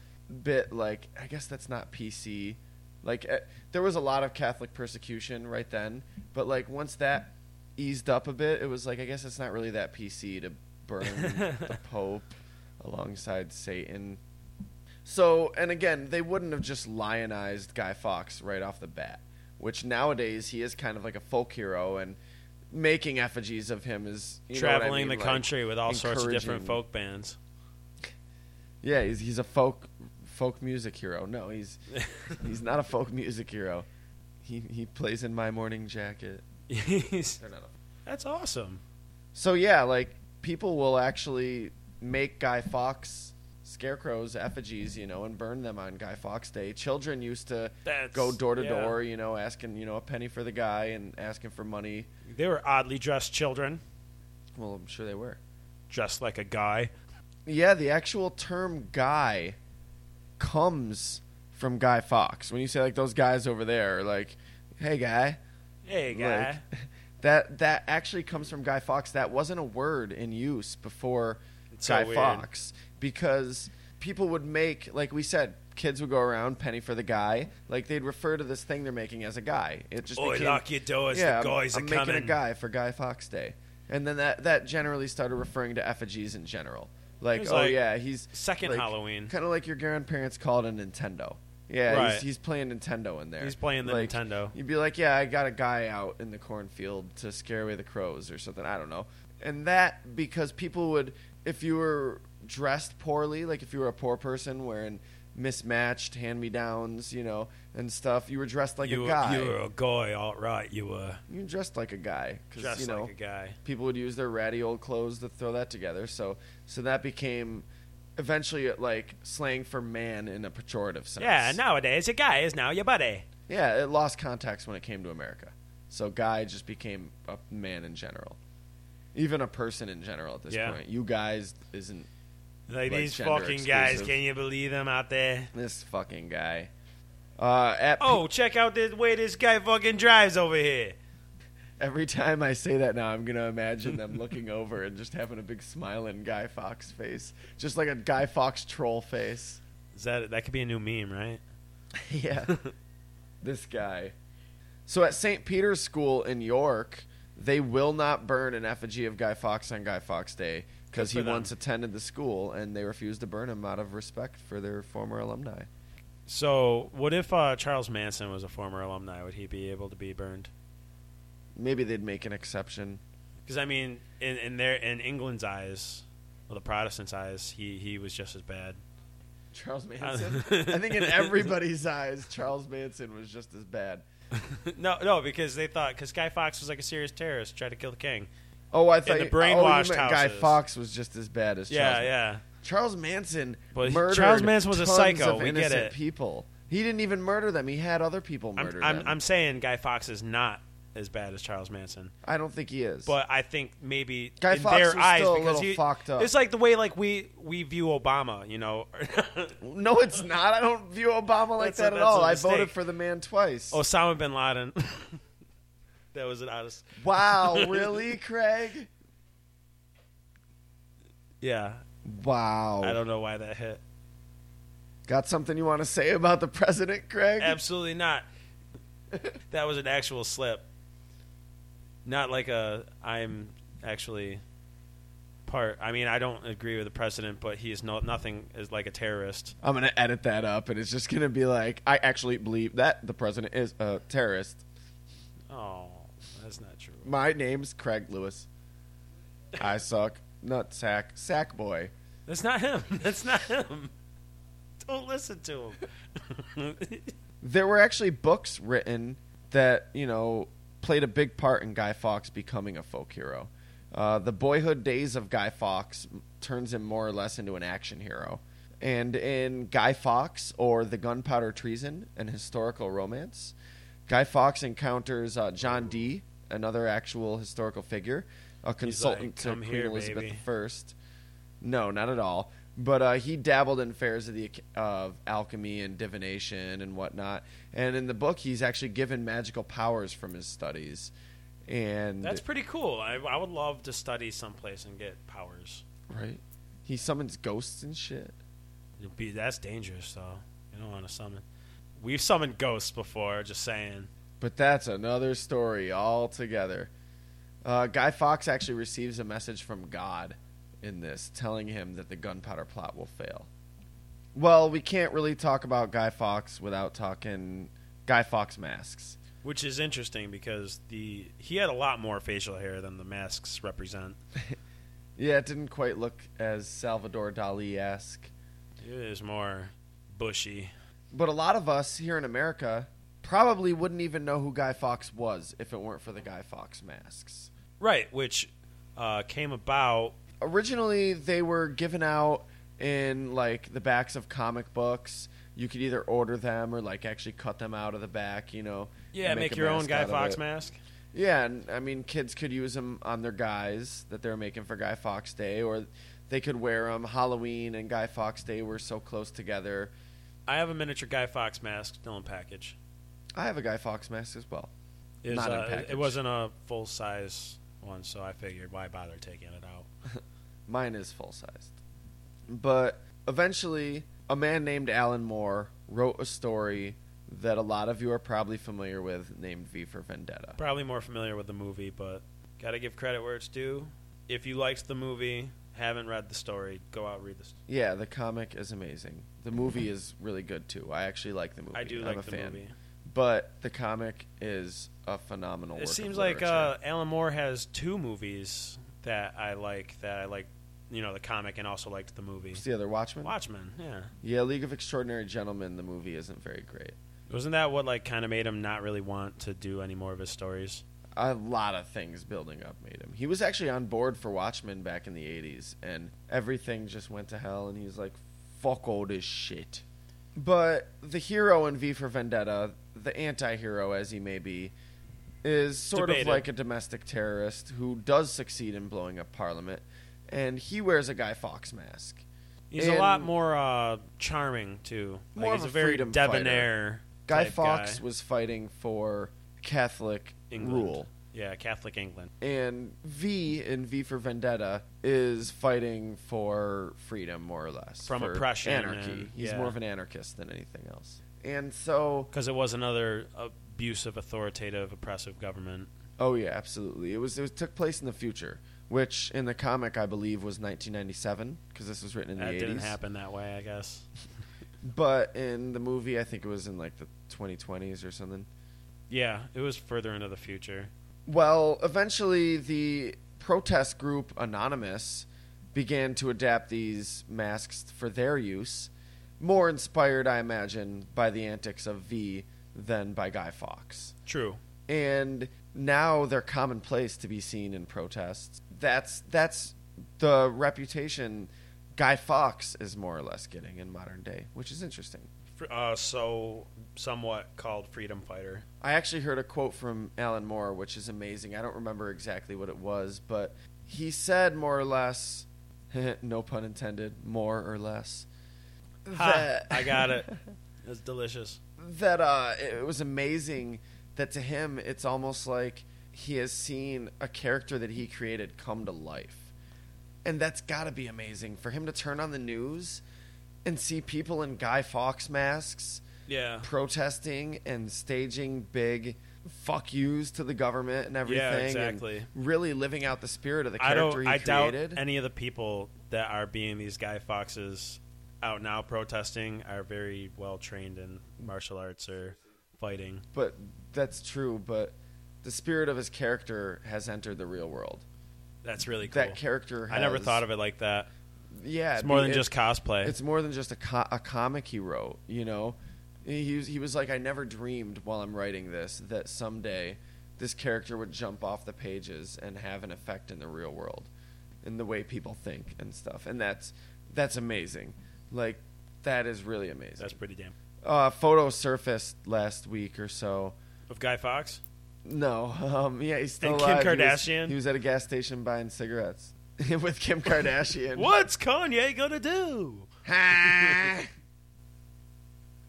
Speaker 3: bit like I guess that's not PC. Like eh, there was a lot of Catholic persecution right then, but like once that eased up a bit, it was like I guess it's not really that PC to burn the Pope alongside Satan. So, and again, they wouldn't have just lionized Guy Fawkes right off the bat, which nowadays he is kind of like a folk hero and making effigies of him is you know what I
Speaker 2: traveling
Speaker 3: mean,
Speaker 2: the
Speaker 3: like,
Speaker 2: country with all sorts of different
Speaker 3: encouraging-
Speaker 2: folk bands. <laughs>
Speaker 3: Yeah, he's, he's a folk folk music hero. No, he's he's not a folk music hero. He he plays in My Morning Jacket. They're not a
Speaker 2: That's awesome.
Speaker 3: So yeah, like people will actually make Guy Fox scarecrows effigies, you know, and burn them on Guy Fox Day. Children used to
Speaker 2: That's-
Speaker 3: go door to
Speaker 2: yeah.
Speaker 3: door, you know, asking, you know, a penny for the guy and asking for money.
Speaker 2: They were oddly dressed children,
Speaker 3: Well, I'm sure they were.
Speaker 2: dressed like a guy.
Speaker 3: Yeah, the actual term guy comes from Guy Fox. When you say like those guys over there, like, hey guy,
Speaker 2: Hey, guy.
Speaker 3: Like, <laughs> that that actually comes from Guy Fox. That wasn't a word in use before
Speaker 2: It's so
Speaker 3: Guy
Speaker 2: weird.
Speaker 3: Fox because people would make like we said kids would go around penny for the guy like they'd refer to this thing they're making as a guy it just
Speaker 1: Oi,
Speaker 3: became,
Speaker 1: lock your doors.
Speaker 3: yeah
Speaker 1: the guys are
Speaker 3: I'm, I'm
Speaker 1: coming.
Speaker 3: making a guy for guy fox day and then that that generally started referring to effigies in general
Speaker 2: It
Speaker 3: like
Speaker 2: was
Speaker 3: oh
Speaker 2: like
Speaker 3: yeah he's
Speaker 2: second Halloween.
Speaker 3: kind of like your grandparents called a nintendo yeah
Speaker 2: Right.
Speaker 3: he's, he's playing nintendo in there
Speaker 2: He's playing the
Speaker 3: Like,
Speaker 2: Nintendo.
Speaker 3: You'd be like, yeah, I got a guy out in the cornfield to scare away the crows or something. I don't know. And that because people would, if you were dressed poorly, like if you were a poor person wearing mismatched hand me downs, you know, and stuff, you were dressed like
Speaker 2: you,
Speaker 3: a
Speaker 2: were-
Speaker 3: guy.
Speaker 2: you were a guy, all right. You were
Speaker 3: You were dressed like a guy because
Speaker 2: dressed
Speaker 3: you know
Speaker 2: like a guy.
Speaker 3: people would use their ratty old clothes to throw that together. So so that became eventually like slang for man in a pejorative sense.
Speaker 2: Yeah, nowadays, a guy is now your buddy.
Speaker 3: Yeah, it lost context when it came to America. So guy just became a man in general. Even a person in general at this
Speaker 2: Yeah.
Speaker 3: point. You guys isn't
Speaker 2: Like,
Speaker 3: Like
Speaker 2: these
Speaker 3: gender
Speaker 2: fucking guys,
Speaker 3: exclusive.
Speaker 2: can you believe them out there?
Speaker 3: this fucking guy. Uh, at
Speaker 2: Oh, check out the way this guy fucking drives over here.
Speaker 3: every time I say that now, I'm gonna imagine them looking <laughs> over and just having a big smiling Guy Fox face, just like a Guy Fox troll face.
Speaker 2: Is that that could be a new meme, right? <laughs>
Speaker 3: yeah. <laughs> this guy. So at St. Peter's School in York, they will not burn an effigy of Guy Fawkes on Guy Fawkes Day because
Speaker 2: Good for
Speaker 3: he
Speaker 2: them.
Speaker 3: once attended the school and they refused to burn him out of respect for their former alumni.
Speaker 2: So, what if uh, Charles Manson was a former alumni? Would he be able to be burned?
Speaker 3: Maybe they'd make an exception.
Speaker 2: Because I mean, in in their in England's eyes, or the Protestants' eyes, he he was just as bad.
Speaker 3: Charles Manson. <laughs> I think in everybody's eyes, Charles Manson was just as bad.
Speaker 2: <laughs> no, no, because they thought because Guy Fox was like a serious terrorist, tried to kill the king.
Speaker 3: Oh, I thought
Speaker 2: the
Speaker 3: you-
Speaker 2: brainwashed
Speaker 3: oh, you meant Guy
Speaker 2: houses.
Speaker 3: Fox was just as bad as
Speaker 2: yeah,
Speaker 3: Charles. Manson.
Speaker 2: yeah.
Speaker 3: Charles Manson
Speaker 2: But he-
Speaker 3: murdered
Speaker 2: Charles Manson was a
Speaker 3: tons
Speaker 2: psycho,
Speaker 3: Of
Speaker 2: we get
Speaker 3: innocent
Speaker 2: it.
Speaker 3: People. He didn't even murder them. He had other people murder
Speaker 2: I'm, I'm
Speaker 3: them.
Speaker 2: I'm saying Guy Fox is not as bad as Charles Manson,
Speaker 3: I don't think he is.
Speaker 2: but I think maybe
Speaker 3: Guy
Speaker 2: in
Speaker 3: Fawkes
Speaker 2: their
Speaker 3: was
Speaker 2: eyes
Speaker 3: still a
Speaker 2: because
Speaker 3: little
Speaker 2: he-
Speaker 3: fucked up.
Speaker 2: it's like the way like we we view Obama, you know. <laughs>
Speaker 3: no, it's not. I don't view Obama like
Speaker 2: That's a-
Speaker 3: that at
Speaker 2: that's
Speaker 3: all.
Speaker 2: a
Speaker 3: I voted
Speaker 2: mistake. Oh,
Speaker 3: for the man twice.
Speaker 2: Osama bin Laden. <laughs> that was an honest.
Speaker 3: Wow,
Speaker 2: <laughs>
Speaker 3: really, Craig?
Speaker 2: Yeah,
Speaker 3: Wow.
Speaker 2: I don't know why that hit.
Speaker 3: Got something you want to say about the president, Craig?
Speaker 2: Absolutely not. That was an actual slip. Not like a I'm actually part. I mean, I don't agree with the president, but he is no nothing is like a terrorist.
Speaker 3: I'm gonna edit that up, and it's just gonna be like, I actually believe that the president is a terrorist.
Speaker 2: Oh, that's not true.
Speaker 3: My name's Craig Lewis. I suck. Nut sack. Sack boy.
Speaker 2: That's not him. <laughs> That's not him. Don't listen to him. <laughs>
Speaker 3: There were actually books written that you know played a big part in Guy Fawkes becoming a folk hero. Uh, the boyhood days of Guy Fawkes turns him more or less into an action hero. And in Guy Fawkes or The Gunpowder Treason, an historical romance, Guy Fawkes encounters uh, John Dee, another actual historical figure, a consultant to
Speaker 2: "Come
Speaker 3: Queen
Speaker 2: here,
Speaker 3: Elizabeth
Speaker 2: baby."
Speaker 3: I. No, not at all. But uh, he dabbled in fairs of the of alchemy and divination and whatnot. And in the book, he's actually given magical powers from his studies. And
Speaker 2: that's pretty cool. I, I would love to study someplace and get powers.
Speaker 3: right, he summons ghosts and shit.
Speaker 2: It'd be that's dangerous though. You don't want to summon. We've summoned ghosts before. Just saying.
Speaker 3: But that's another story altogether. Uh, Guy Fox actually receives a message from God in this, telling him that the gunpowder plot will fail. Well, we can't really talk about Guy Fox without talking Guy Fox masks.
Speaker 2: Which is interesting because the he had a lot more facial hair than the masks represent.
Speaker 3: Yeah, it didn't quite look as Salvador Dali esque.
Speaker 2: It is more bushy.
Speaker 3: But a lot of us here in America probably wouldn't even know who Guy Fox was if it weren't for the Guy Fox masks.
Speaker 2: Right, which uh, came about
Speaker 3: originally they were given out in like the backs of comic books. You could either order them or like actually cut them out of the back, you know.
Speaker 2: Yeah,
Speaker 3: and
Speaker 2: make,
Speaker 3: a
Speaker 2: your own
Speaker 3: mask
Speaker 2: Guy
Speaker 3: out of
Speaker 2: Fox
Speaker 3: it.
Speaker 2: mask.
Speaker 3: Yeah, and I mean kids could use them on their guys that they were making for Guy Fox Day, or they could wear them. Halloween and Guy Fox Day were so close together.
Speaker 2: I have a miniature Guy Fox mask still in package.
Speaker 3: I have a Guy Fox mask as well.
Speaker 2: It, was,
Speaker 3: Not in
Speaker 2: uh,
Speaker 3: package.
Speaker 2: it wasn't a full size one, so I figured why bother taking it out.
Speaker 3: Mine is full sized. But eventually, a man named Alan Moore wrote a story that a lot of you are probably familiar with named V for Vendetta.
Speaker 2: Probably more familiar with the movie, but gotta give credit where it's due. If you liked the movie, haven't read the story, go out read this.
Speaker 3: Yeah, the comic is amazing. The movie is really good too. I actually like the movie.
Speaker 2: I do
Speaker 3: I'm
Speaker 2: like
Speaker 3: a
Speaker 2: the
Speaker 3: fan.
Speaker 2: movie.
Speaker 3: But the comic is a phenomenal work
Speaker 2: It
Speaker 3: of
Speaker 2: seems like
Speaker 3: literature.
Speaker 2: uh, Alan Moore has two movies that I like. That I like, you know, the comic and also liked the movie.
Speaker 3: What's the other Watchmen?
Speaker 2: Watchmen, yeah.
Speaker 3: Yeah, League of Extraordinary Gentlemen, the movie isn't very great.
Speaker 2: Wasn't that what like kind of made him not really want to do any more of his stories?
Speaker 3: a lot of things building up made him. He was actually on board for Watchmen back in the 80s, and everything just went to hell, and he was like, fuck all this shit. But the hero in V for Vendetta, the anti hero as he may be, is sort
Speaker 2: Debated.
Speaker 3: of like a domestic terrorist who does succeed in blowing up Parliament, and he wears a Guy Fox mask.
Speaker 2: He's
Speaker 3: And-
Speaker 2: a lot more uh, charming too. Like,
Speaker 3: More
Speaker 2: he's
Speaker 3: of a
Speaker 2: a very
Speaker 3: freedom
Speaker 2: debonair
Speaker 3: Guy
Speaker 2: type
Speaker 3: Fox
Speaker 2: guy.
Speaker 3: was fighting for Catholic
Speaker 2: England.
Speaker 3: rule.
Speaker 2: Yeah, Catholic England.
Speaker 3: and V in V for Vendetta is fighting for freedom, more or less,
Speaker 2: From
Speaker 3: for
Speaker 2: oppression
Speaker 3: anarchy.
Speaker 2: and-
Speaker 3: He's
Speaker 2: yeah.
Speaker 3: more of an anarchist than anything else. And so,
Speaker 2: Because it was another abusive, authoritative, oppressive government.
Speaker 3: oh yeah, absolutely. It was it took place in the future, which in the comic I believe was 1997 because this was written in
Speaker 2: That
Speaker 3: the
Speaker 2: didn't
Speaker 3: 80s.
Speaker 2: happen that way, I guess. <laughs>
Speaker 3: But in the movie, I think it was in like the 2020s or something.
Speaker 2: Yeah, it was further into the future.
Speaker 3: Well, eventually, the protest group Anonymous began to adapt these masks for their use, more inspired, I imagine, by the antics of V than by Guy Fawkes.
Speaker 2: True.
Speaker 3: And now they're commonplace to be seen in protests. That's that's the reputation Guy Fawkes is more or less getting in modern day, which is interesting.
Speaker 2: Fr- Uh, so somewhat called freedom
Speaker 3: <laughs>
Speaker 2: fighter.
Speaker 3: I actually heard a quote from Alan Moore, which is amazing. I don't remember exactly what it was, but he said more or less, <laughs> no pun intended, more or less,
Speaker 2: Ha,
Speaker 3: that,
Speaker 2: I got it. It's delicious.
Speaker 3: <laughs> that uh, it was amazing that to him, it's almost like he has seen a character that he created come to life. And that's got to be amazing for him to turn on the news and see people in Guy Fawkes masks
Speaker 2: Yeah.
Speaker 3: protesting and staging big fuck yous to the government and everything. and
Speaker 2: exactly.
Speaker 3: really living out the spirit of the
Speaker 2: I
Speaker 3: character
Speaker 2: don't.
Speaker 3: he
Speaker 2: I doubt
Speaker 3: created.
Speaker 2: any of the people that are being these Guy Foxes out now protesting are very well trained in martial arts or fighting.
Speaker 3: but that's true, but the spirit of his character has entered the real world.
Speaker 2: That's really cool.
Speaker 3: That character has,
Speaker 2: I never thought of it like that.
Speaker 3: Yeah.
Speaker 2: It's
Speaker 3: it'd
Speaker 2: more
Speaker 3: be-
Speaker 2: than
Speaker 3: it-
Speaker 2: just cosplay.
Speaker 3: It's more than just a, co- a comic he wrote, you know? He was, he was like, I never dreamed while I'm writing this that someday this character would jump off the pages and have an effect in the real world in the way people think and stuff. And that's, that's amazing. Like, that is really amazing.
Speaker 2: That's pretty damn.
Speaker 3: Uh, photo surfaced last week or so.
Speaker 2: Of Guy Fox,
Speaker 3: No. <laughs> Um, yeah, he's still
Speaker 2: And Kim
Speaker 3: alive. He was-
Speaker 2: Kardashian?
Speaker 3: He was at a gas station buying cigarettes <laughs> with Kim Kardashian. <laughs>
Speaker 2: what's Kanye gonna do?
Speaker 3: Ha!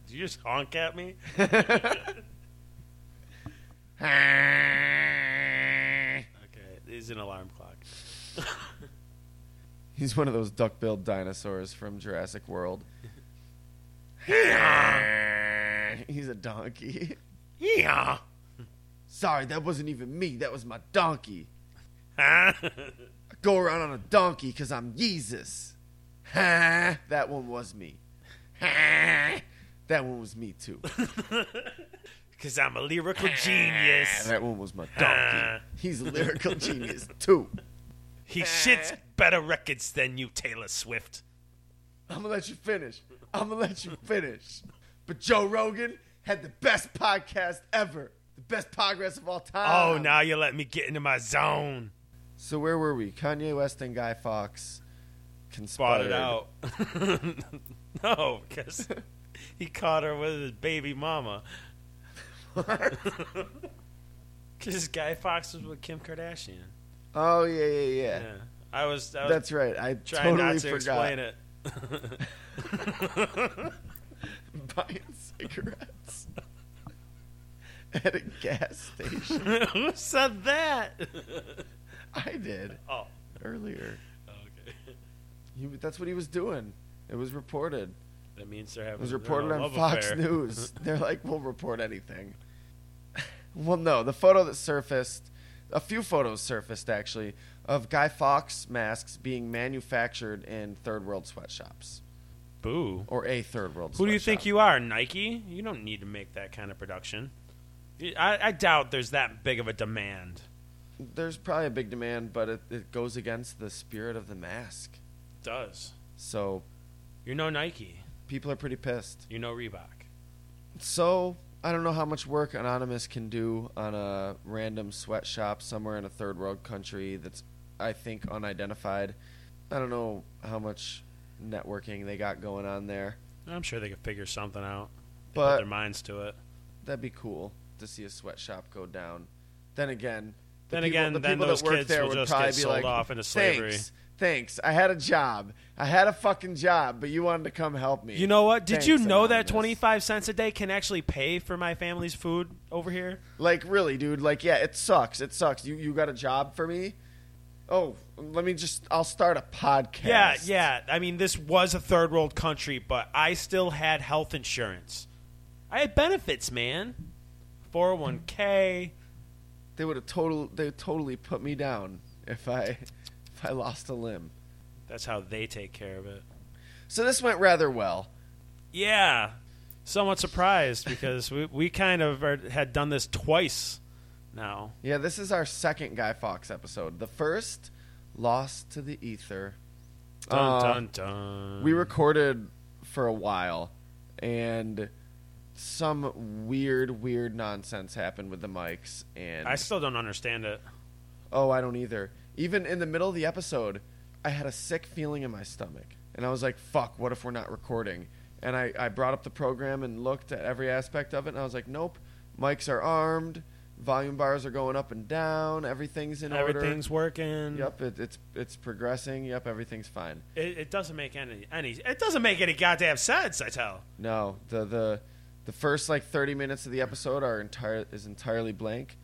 Speaker 2: Did you just honk at me? <laughs>
Speaker 3: Ah.
Speaker 2: Okay, he's an alarm clock.
Speaker 3: He's one of those duck-billed dinosaurs from Jurassic World. He's a donkey.
Speaker 2: Yeah.
Speaker 3: Sorry, that wasn't even me. That was my donkey. I go around on a donkey because I'm Jesus. that one was me. that one was me too.
Speaker 2: Cause I'm a lyrical genius.
Speaker 3: that one was my donkey. He's a lyrical genius too.
Speaker 2: He shits better records than you, Taylor Swift.
Speaker 3: I'm gonna let you finish. I'm gonna let you finish. But Joe Rogan had the best podcast ever, the best podcast of all time.
Speaker 2: Oh, now you let me get into my zone.
Speaker 3: So where were we? Kanye West and Guy Fox
Speaker 2: Bought
Speaker 3: conspired.
Speaker 2: it out. <laughs> no, because he caught her with his baby mama. Because Guy Fox was with Kim
Speaker 3: <laughs>
Speaker 2: Kardashian.
Speaker 3: Oh yeah, yeah, yeah.
Speaker 2: Yeah, I was. I was
Speaker 3: That's right. I
Speaker 2: trying
Speaker 3: totally
Speaker 2: not to
Speaker 3: forgot.
Speaker 2: explain it. <laughs>
Speaker 3: <laughs> Buying cigarettes <laughs> at a gas station.
Speaker 2: Who said that? <laughs>
Speaker 3: I did
Speaker 2: oh,
Speaker 3: earlier.
Speaker 2: okay.
Speaker 3: He, that's what he was doing. It was reported.
Speaker 2: That means they're having.
Speaker 3: It was
Speaker 2: their
Speaker 3: reported
Speaker 2: own
Speaker 3: on
Speaker 2: love
Speaker 3: Fox
Speaker 2: affair. <laughs>
Speaker 3: News. They're like, we'll report anything. <laughs> well, no, the photo that surfaced, a few photos surfaced actually, of Guy Fawkes masks being manufactured in third world sweatshops
Speaker 2: Boo.
Speaker 3: or a third world.
Speaker 2: Who do you think you are, Nike? You don't need to make that kind of production. I, I doubt there's that big of a demand.
Speaker 3: There's probably a big demand, but it, it goes against the spirit of the mask.
Speaker 2: does.
Speaker 3: So
Speaker 2: You're no Nike.
Speaker 3: people are pretty pissed.
Speaker 2: You're no Reebok.
Speaker 3: So I don't know how much work Anonymous can do on a random sweatshop somewhere in a third world country that's, I think, unidentified. I don't know how much networking they got going on there.
Speaker 2: I'm sure they could figure something out. They put
Speaker 3: But-
Speaker 2: their minds to it.
Speaker 3: That'd be cool to see a sweatshop go down. Then again, the
Speaker 2: Then
Speaker 3: people-
Speaker 2: again,
Speaker 3: the
Speaker 2: then
Speaker 3: people
Speaker 2: those
Speaker 3: that work
Speaker 2: kids
Speaker 3: there
Speaker 2: will
Speaker 3: would
Speaker 2: just
Speaker 3: probably
Speaker 2: get
Speaker 3: be
Speaker 2: sold
Speaker 3: like,
Speaker 2: off into slavery.
Speaker 3: Thanks, thanks. I had a job. I had a fucking job, but you wanted to come help me.
Speaker 2: You know what? Did you
Speaker 3: Thanks,
Speaker 2: know that
Speaker 3: Anonymous."
Speaker 2: 25 cents a day can actually pay for my family's food over here?
Speaker 3: Like really, dude. Like yeah, it sucks. It sucks. You you got a job for me? Oh, let me just. I'll start a podcast.
Speaker 2: Yeah, yeah. I mean, this was a third world country, but I still had health insurance. I had benefits, man. 401k.
Speaker 3: They would have total. They totally put me down if I if I lost a limb.
Speaker 2: That's how they take care of it.
Speaker 3: So this went rather well.
Speaker 2: Yeah, somewhat surprised because we we kind of are, had done this twice now.
Speaker 3: Yeah, this is our second Guy Fox episode. The first, Lost to the Ether.
Speaker 2: Dun
Speaker 3: Uh,
Speaker 2: dun dun.
Speaker 3: We recorded for a while, and some weird, weird nonsense happened with the mics. And
Speaker 2: I still don't understand it.
Speaker 3: oh, I don't either. Even in the middle of the episode, I had a sick feeling in my stomach, and I was like, "Fuck, what if we're not recording?" And I, I brought up the program and looked at every aspect of it, and I was like, "Nope, mics are armed, volume bars are going up and down, everything's in order."
Speaker 2: Everything's working.
Speaker 3: Yep, it, it's it's progressing. Yep, everything's fine.
Speaker 2: It, it doesn't make any any. It doesn't make any goddamn sense. I tell.
Speaker 3: No, the the the first like 30 minutes of the episode are entire is entirely blank.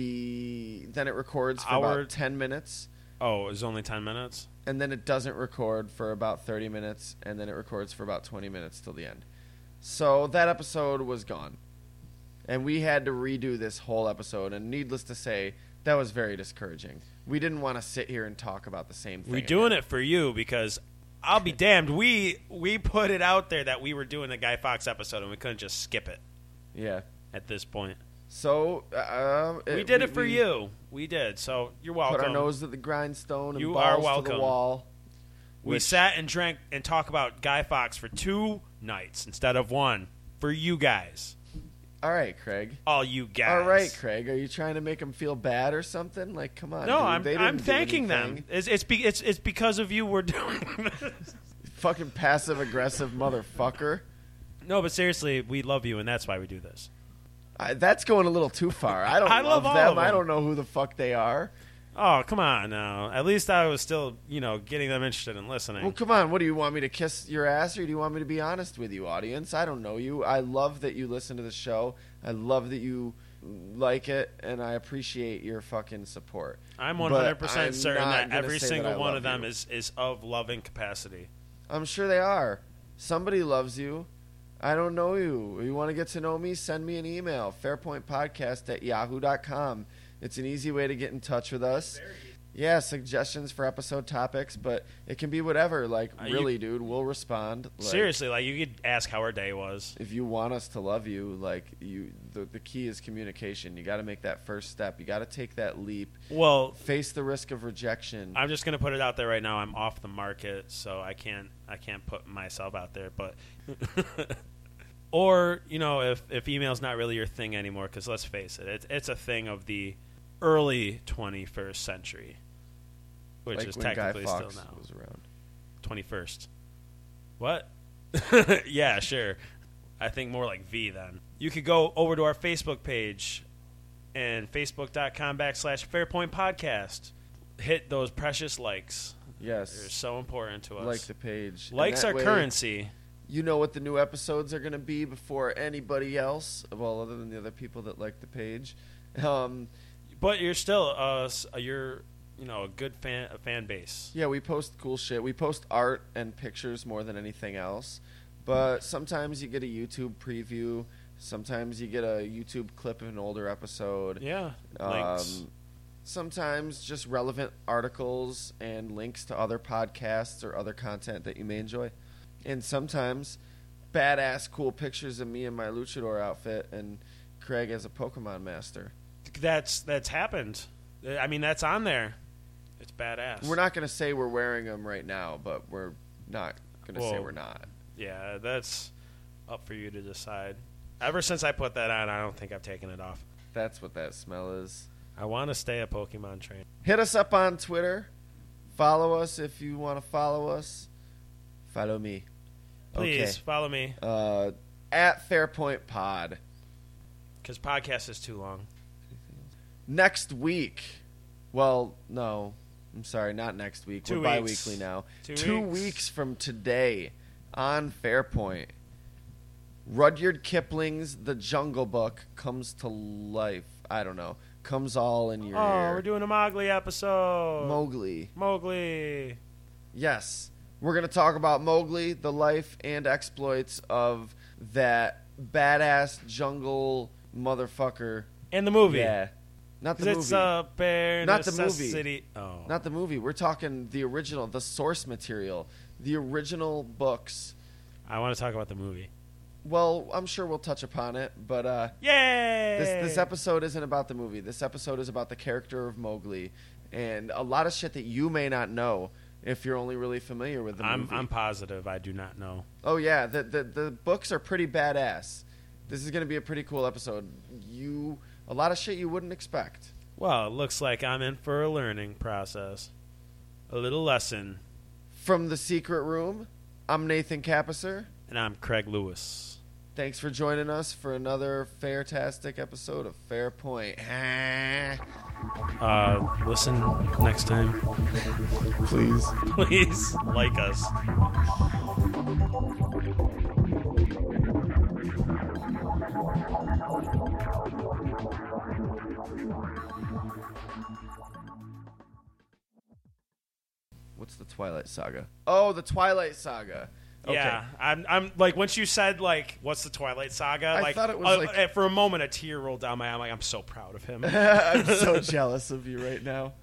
Speaker 3: The then it records for
Speaker 2: Our-
Speaker 3: about 10 minutes
Speaker 2: Oh, it was only ten minutes.
Speaker 3: and then it doesn't record for about 30 minutes and then it records for about 20 minutes till the end. So that episode was gone. And we had to redo this whole episode and needless to say that was very discouraging. We didn't want to sit here and talk about the same thing.
Speaker 2: We're doing it for you because I'll be damned. We we put it out there that we were doing the Guy Fox episode and we couldn't just skip it
Speaker 3: Yeah.
Speaker 2: at this point.
Speaker 3: So uh,
Speaker 2: we
Speaker 3: it-
Speaker 2: did it for
Speaker 3: we
Speaker 2: you. We did. So you're welcome.
Speaker 3: Put our nose to the grindstone and
Speaker 2: You are
Speaker 3: balls to
Speaker 2: welcome.
Speaker 3: the wall.
Speaker 2: we
Speaker 3: which-
Speaker 2: sat and drank and talked about Guy Fox for two nights instead of one for you guys.
Speaker 3: All right, Craig.
Speaker 2: All you guys.
Speaker 3: All right, Craig. Are you trying to make them feel bad or something? Like, come on.
Speaker 2: No,
Speaker 3: dude.
Speaker 2: I'm
Speaker 3: They didn't
Speaker 2: I'm
Speaker 3: do
Speaker 2: thanking them.
Speaker 3: anything.
Speaker 2: It's it's, be, it's it's because of you we're <laughs> doing this.
Speaker 3: Fucking passive aggressive motherfucker.
Speaker 2: No, but seriously, we love you and that's why we do this.
Speaker 3: I, that's going a little too far. I don't
Speaker 2: <laughs> I
Speaker 3: love,
Speaker 2: love all
Speaker 3: them.
Speaker 2: of
Speaker 3: I
Speaker 2: them.
Speaker 3: don't know who the fuck they are.
Speaker 2: Oh, come on now. At least I was still, you know, getting them interested in listening.
Speaker 3: Well, come on. What do you want me to kiss your ass, or do you want me to be honest with you, audience? I don't know you. I love that you listen to the show. I love that you like it, and I appreciate your fucking support.
Speaker 2: I'm
Speaker 3: But
Speaker 2: 100%
Speaker 3: I'm
Speaker 2: certain
Speaker 3: not
Speaker 2: that
Speaker 3: gonna
Speaker 2: every
Speaker 3: say that
Speaker 2: single
Speaker 3: I
Speaker 2: one
Speaker 3: love
Speaker 2: of them
Speaker 3: you.
Speaker 2: is, is of loving capacity.
Speaker 3: I'm sure they are. Somebody loves you. I don't know you. You want to get to know me? Send me an email, fairpointpodcast at yahoo.com. It's an easy way to get in touch with us. Yeah, suggestions for episode topics, but it can be whatever. Like,
Speaker 2: Uh, you-
Speaker 3: really, dude, we'll respond. Like,
Speaker 2: Seriously, like you could ask how her day was.
Speaker 3: If you want us to love you, like you, the, the key is communication. You got to make that first step. You got to take that leap.
Speaker 2: Well,
Speaker 3: Face the risk of rejection.
Speaker 2: I'm just going to put it out there right now. I'm off the market, so I can't I can't put myself out there, but <laughs> or, you know, if if email's not really your thing anymore cuz let's face it, it's it's a thing of the early 21st century, which
Speaker 3: like
Speaker 2: is
Speaker 3: when Guy
Speaker 2: technically
Speaker 3: Fawkes
Speaker 2: still now.
Speaker 3: was around.
Speaker 2: 21st. What? <laughs> yeah, sure. I think more like V then. You could go over to our Facebook page and facebook.com backslash Fairpoint Podcast. Hit those precious likes.
Speaker 3: Yes.
Speaker 2: They're so important to us.
Speaker 3: like the page. And
Speaker 2: likes
Speaker 3: that
Speaker 2: are
Speaker 3: way,
Speaker 2: currency.
Speaker 3: You know what the new episodes are going to be before anybody else, well, other than the other people that like the page. Um,
Speaker 2: But you're still uh, s- you're you know a good fan a fan base.
Speaker 3: yeah, we post cool shit. We post art and pictures more than anything else. But sometimes you get a YouTube preview. Sometimes you get a YouTube clip of an older episode.
Speaker 2: Yeah. Links.
Speaker 3: Um, sometimes just relevant articles and links to other podcasts or other content that you may enjoy. And sometimes badass cool pictures of me in my luchador outfit and Craig as a Pokemon master.
Speaker 2: That's that's happened. I mean that's on there. It's badass.
Speaker 3: We're not going to say we're wearing them right now, but we're not going to say
Speaker 2: Well,
Speaker 3: we're not.
Speaker 2: Yeah, that's up for you to decide. Ever since I put that on, I don't think I've taken it off.
Speaker 3: That's what that smell is.
Speaker 2: I want to stay a Pokemon train.
Speaker 3: Hit us up on Twitter. Follow us if you want to follow us. Follow me.
Speaker 2: Please follow me
Speaker 3: Okay. Uh, at Fairpoint Pod.
Speaker 2: because podcast is too long.
Speaker 3: next week. Well, no, I'm sorry, not next week.
Speaker 2: Two
Speaker 3: We're bi
Speaker 2: weeks.
Speaker 3: weekly now.
Speaker 2: Two
Speaker 3: weeks.
Speaker 2: weeks.
Speaker 3: from today on Fairpoint, Rudyard Kipling's The Jungle Book comes to life. I don't know. Comes all in your
Speaker 2: Oh,
Speaker 3: ear.
Speaker 2: we're doing a Mowgli episode.
Speaker 3: Mowgli.
Speaker 2: Mowgli.
Speaker 3: Yes. We're going to talk about Mowgli, the life and exploits of that badass jungle motherfucker.
Speaker 2: And the movie.
Speaker 3: Yeah. Not
Speaker 2: 'Cause
Speaker 3: the
Speaker 2: it's uh,
Speaker 3: movie.
Speaker 2: a bare
Speaker 3: Not the movie.
Speaker 2: necessity. Oh.
Speaker 3: Not the movie. We're talking the original, the source material, the original books.
Speaker 2: I want to talk about the movie.
Speaker 3: Well, I'm sure we'll touch upon it, but uh,
Speaker 2: Yay!
Speaker 3: this this episode isn't about the movie. This episode is about the character of Mowgli and a lot of shit that you may not know if you're only really familiar with the
Speaker 2: I'm
Speaker 3: movie.
Speaker 2: I'm positive I do not know.
Speaker 3: Oh yeah, the, the the books are pretty badass. This is going to be a pretty cool episode. You a lot of shit you wouldn't expect.
Speaker 2: Well, it looks like I'm in for a learning process, a little lesson,
Speaker 3: From the secret room, I'm Nathan Capisser.
Speaker 2: and I'm Craig Lewis.
Speaker 3: Thanks for joining us for another fantastic episode of Fair Point. <laughs>
Speaker 2: Uh, listen next time. <laughs>
Speaker 3: Please.
Speaker 2: Please like us.
Speaker 3: What's the Twilight Saga? Oh, the Twilight Saga. Okay.
Speaker 2: Yeah, I'm. I'm like once you said like, what's the Twilight Saga?
Speaker 3: I
Speaker 2: like,
Speaker 3: thought it was,
Speaker 2: uh,
Speaker 3: like- <laughs>
Speaker 2: uh, for a moment a tear rolled down my eye. I'm like, I'm so proud of him.
Speaker 3: I'm so jealous of you right now.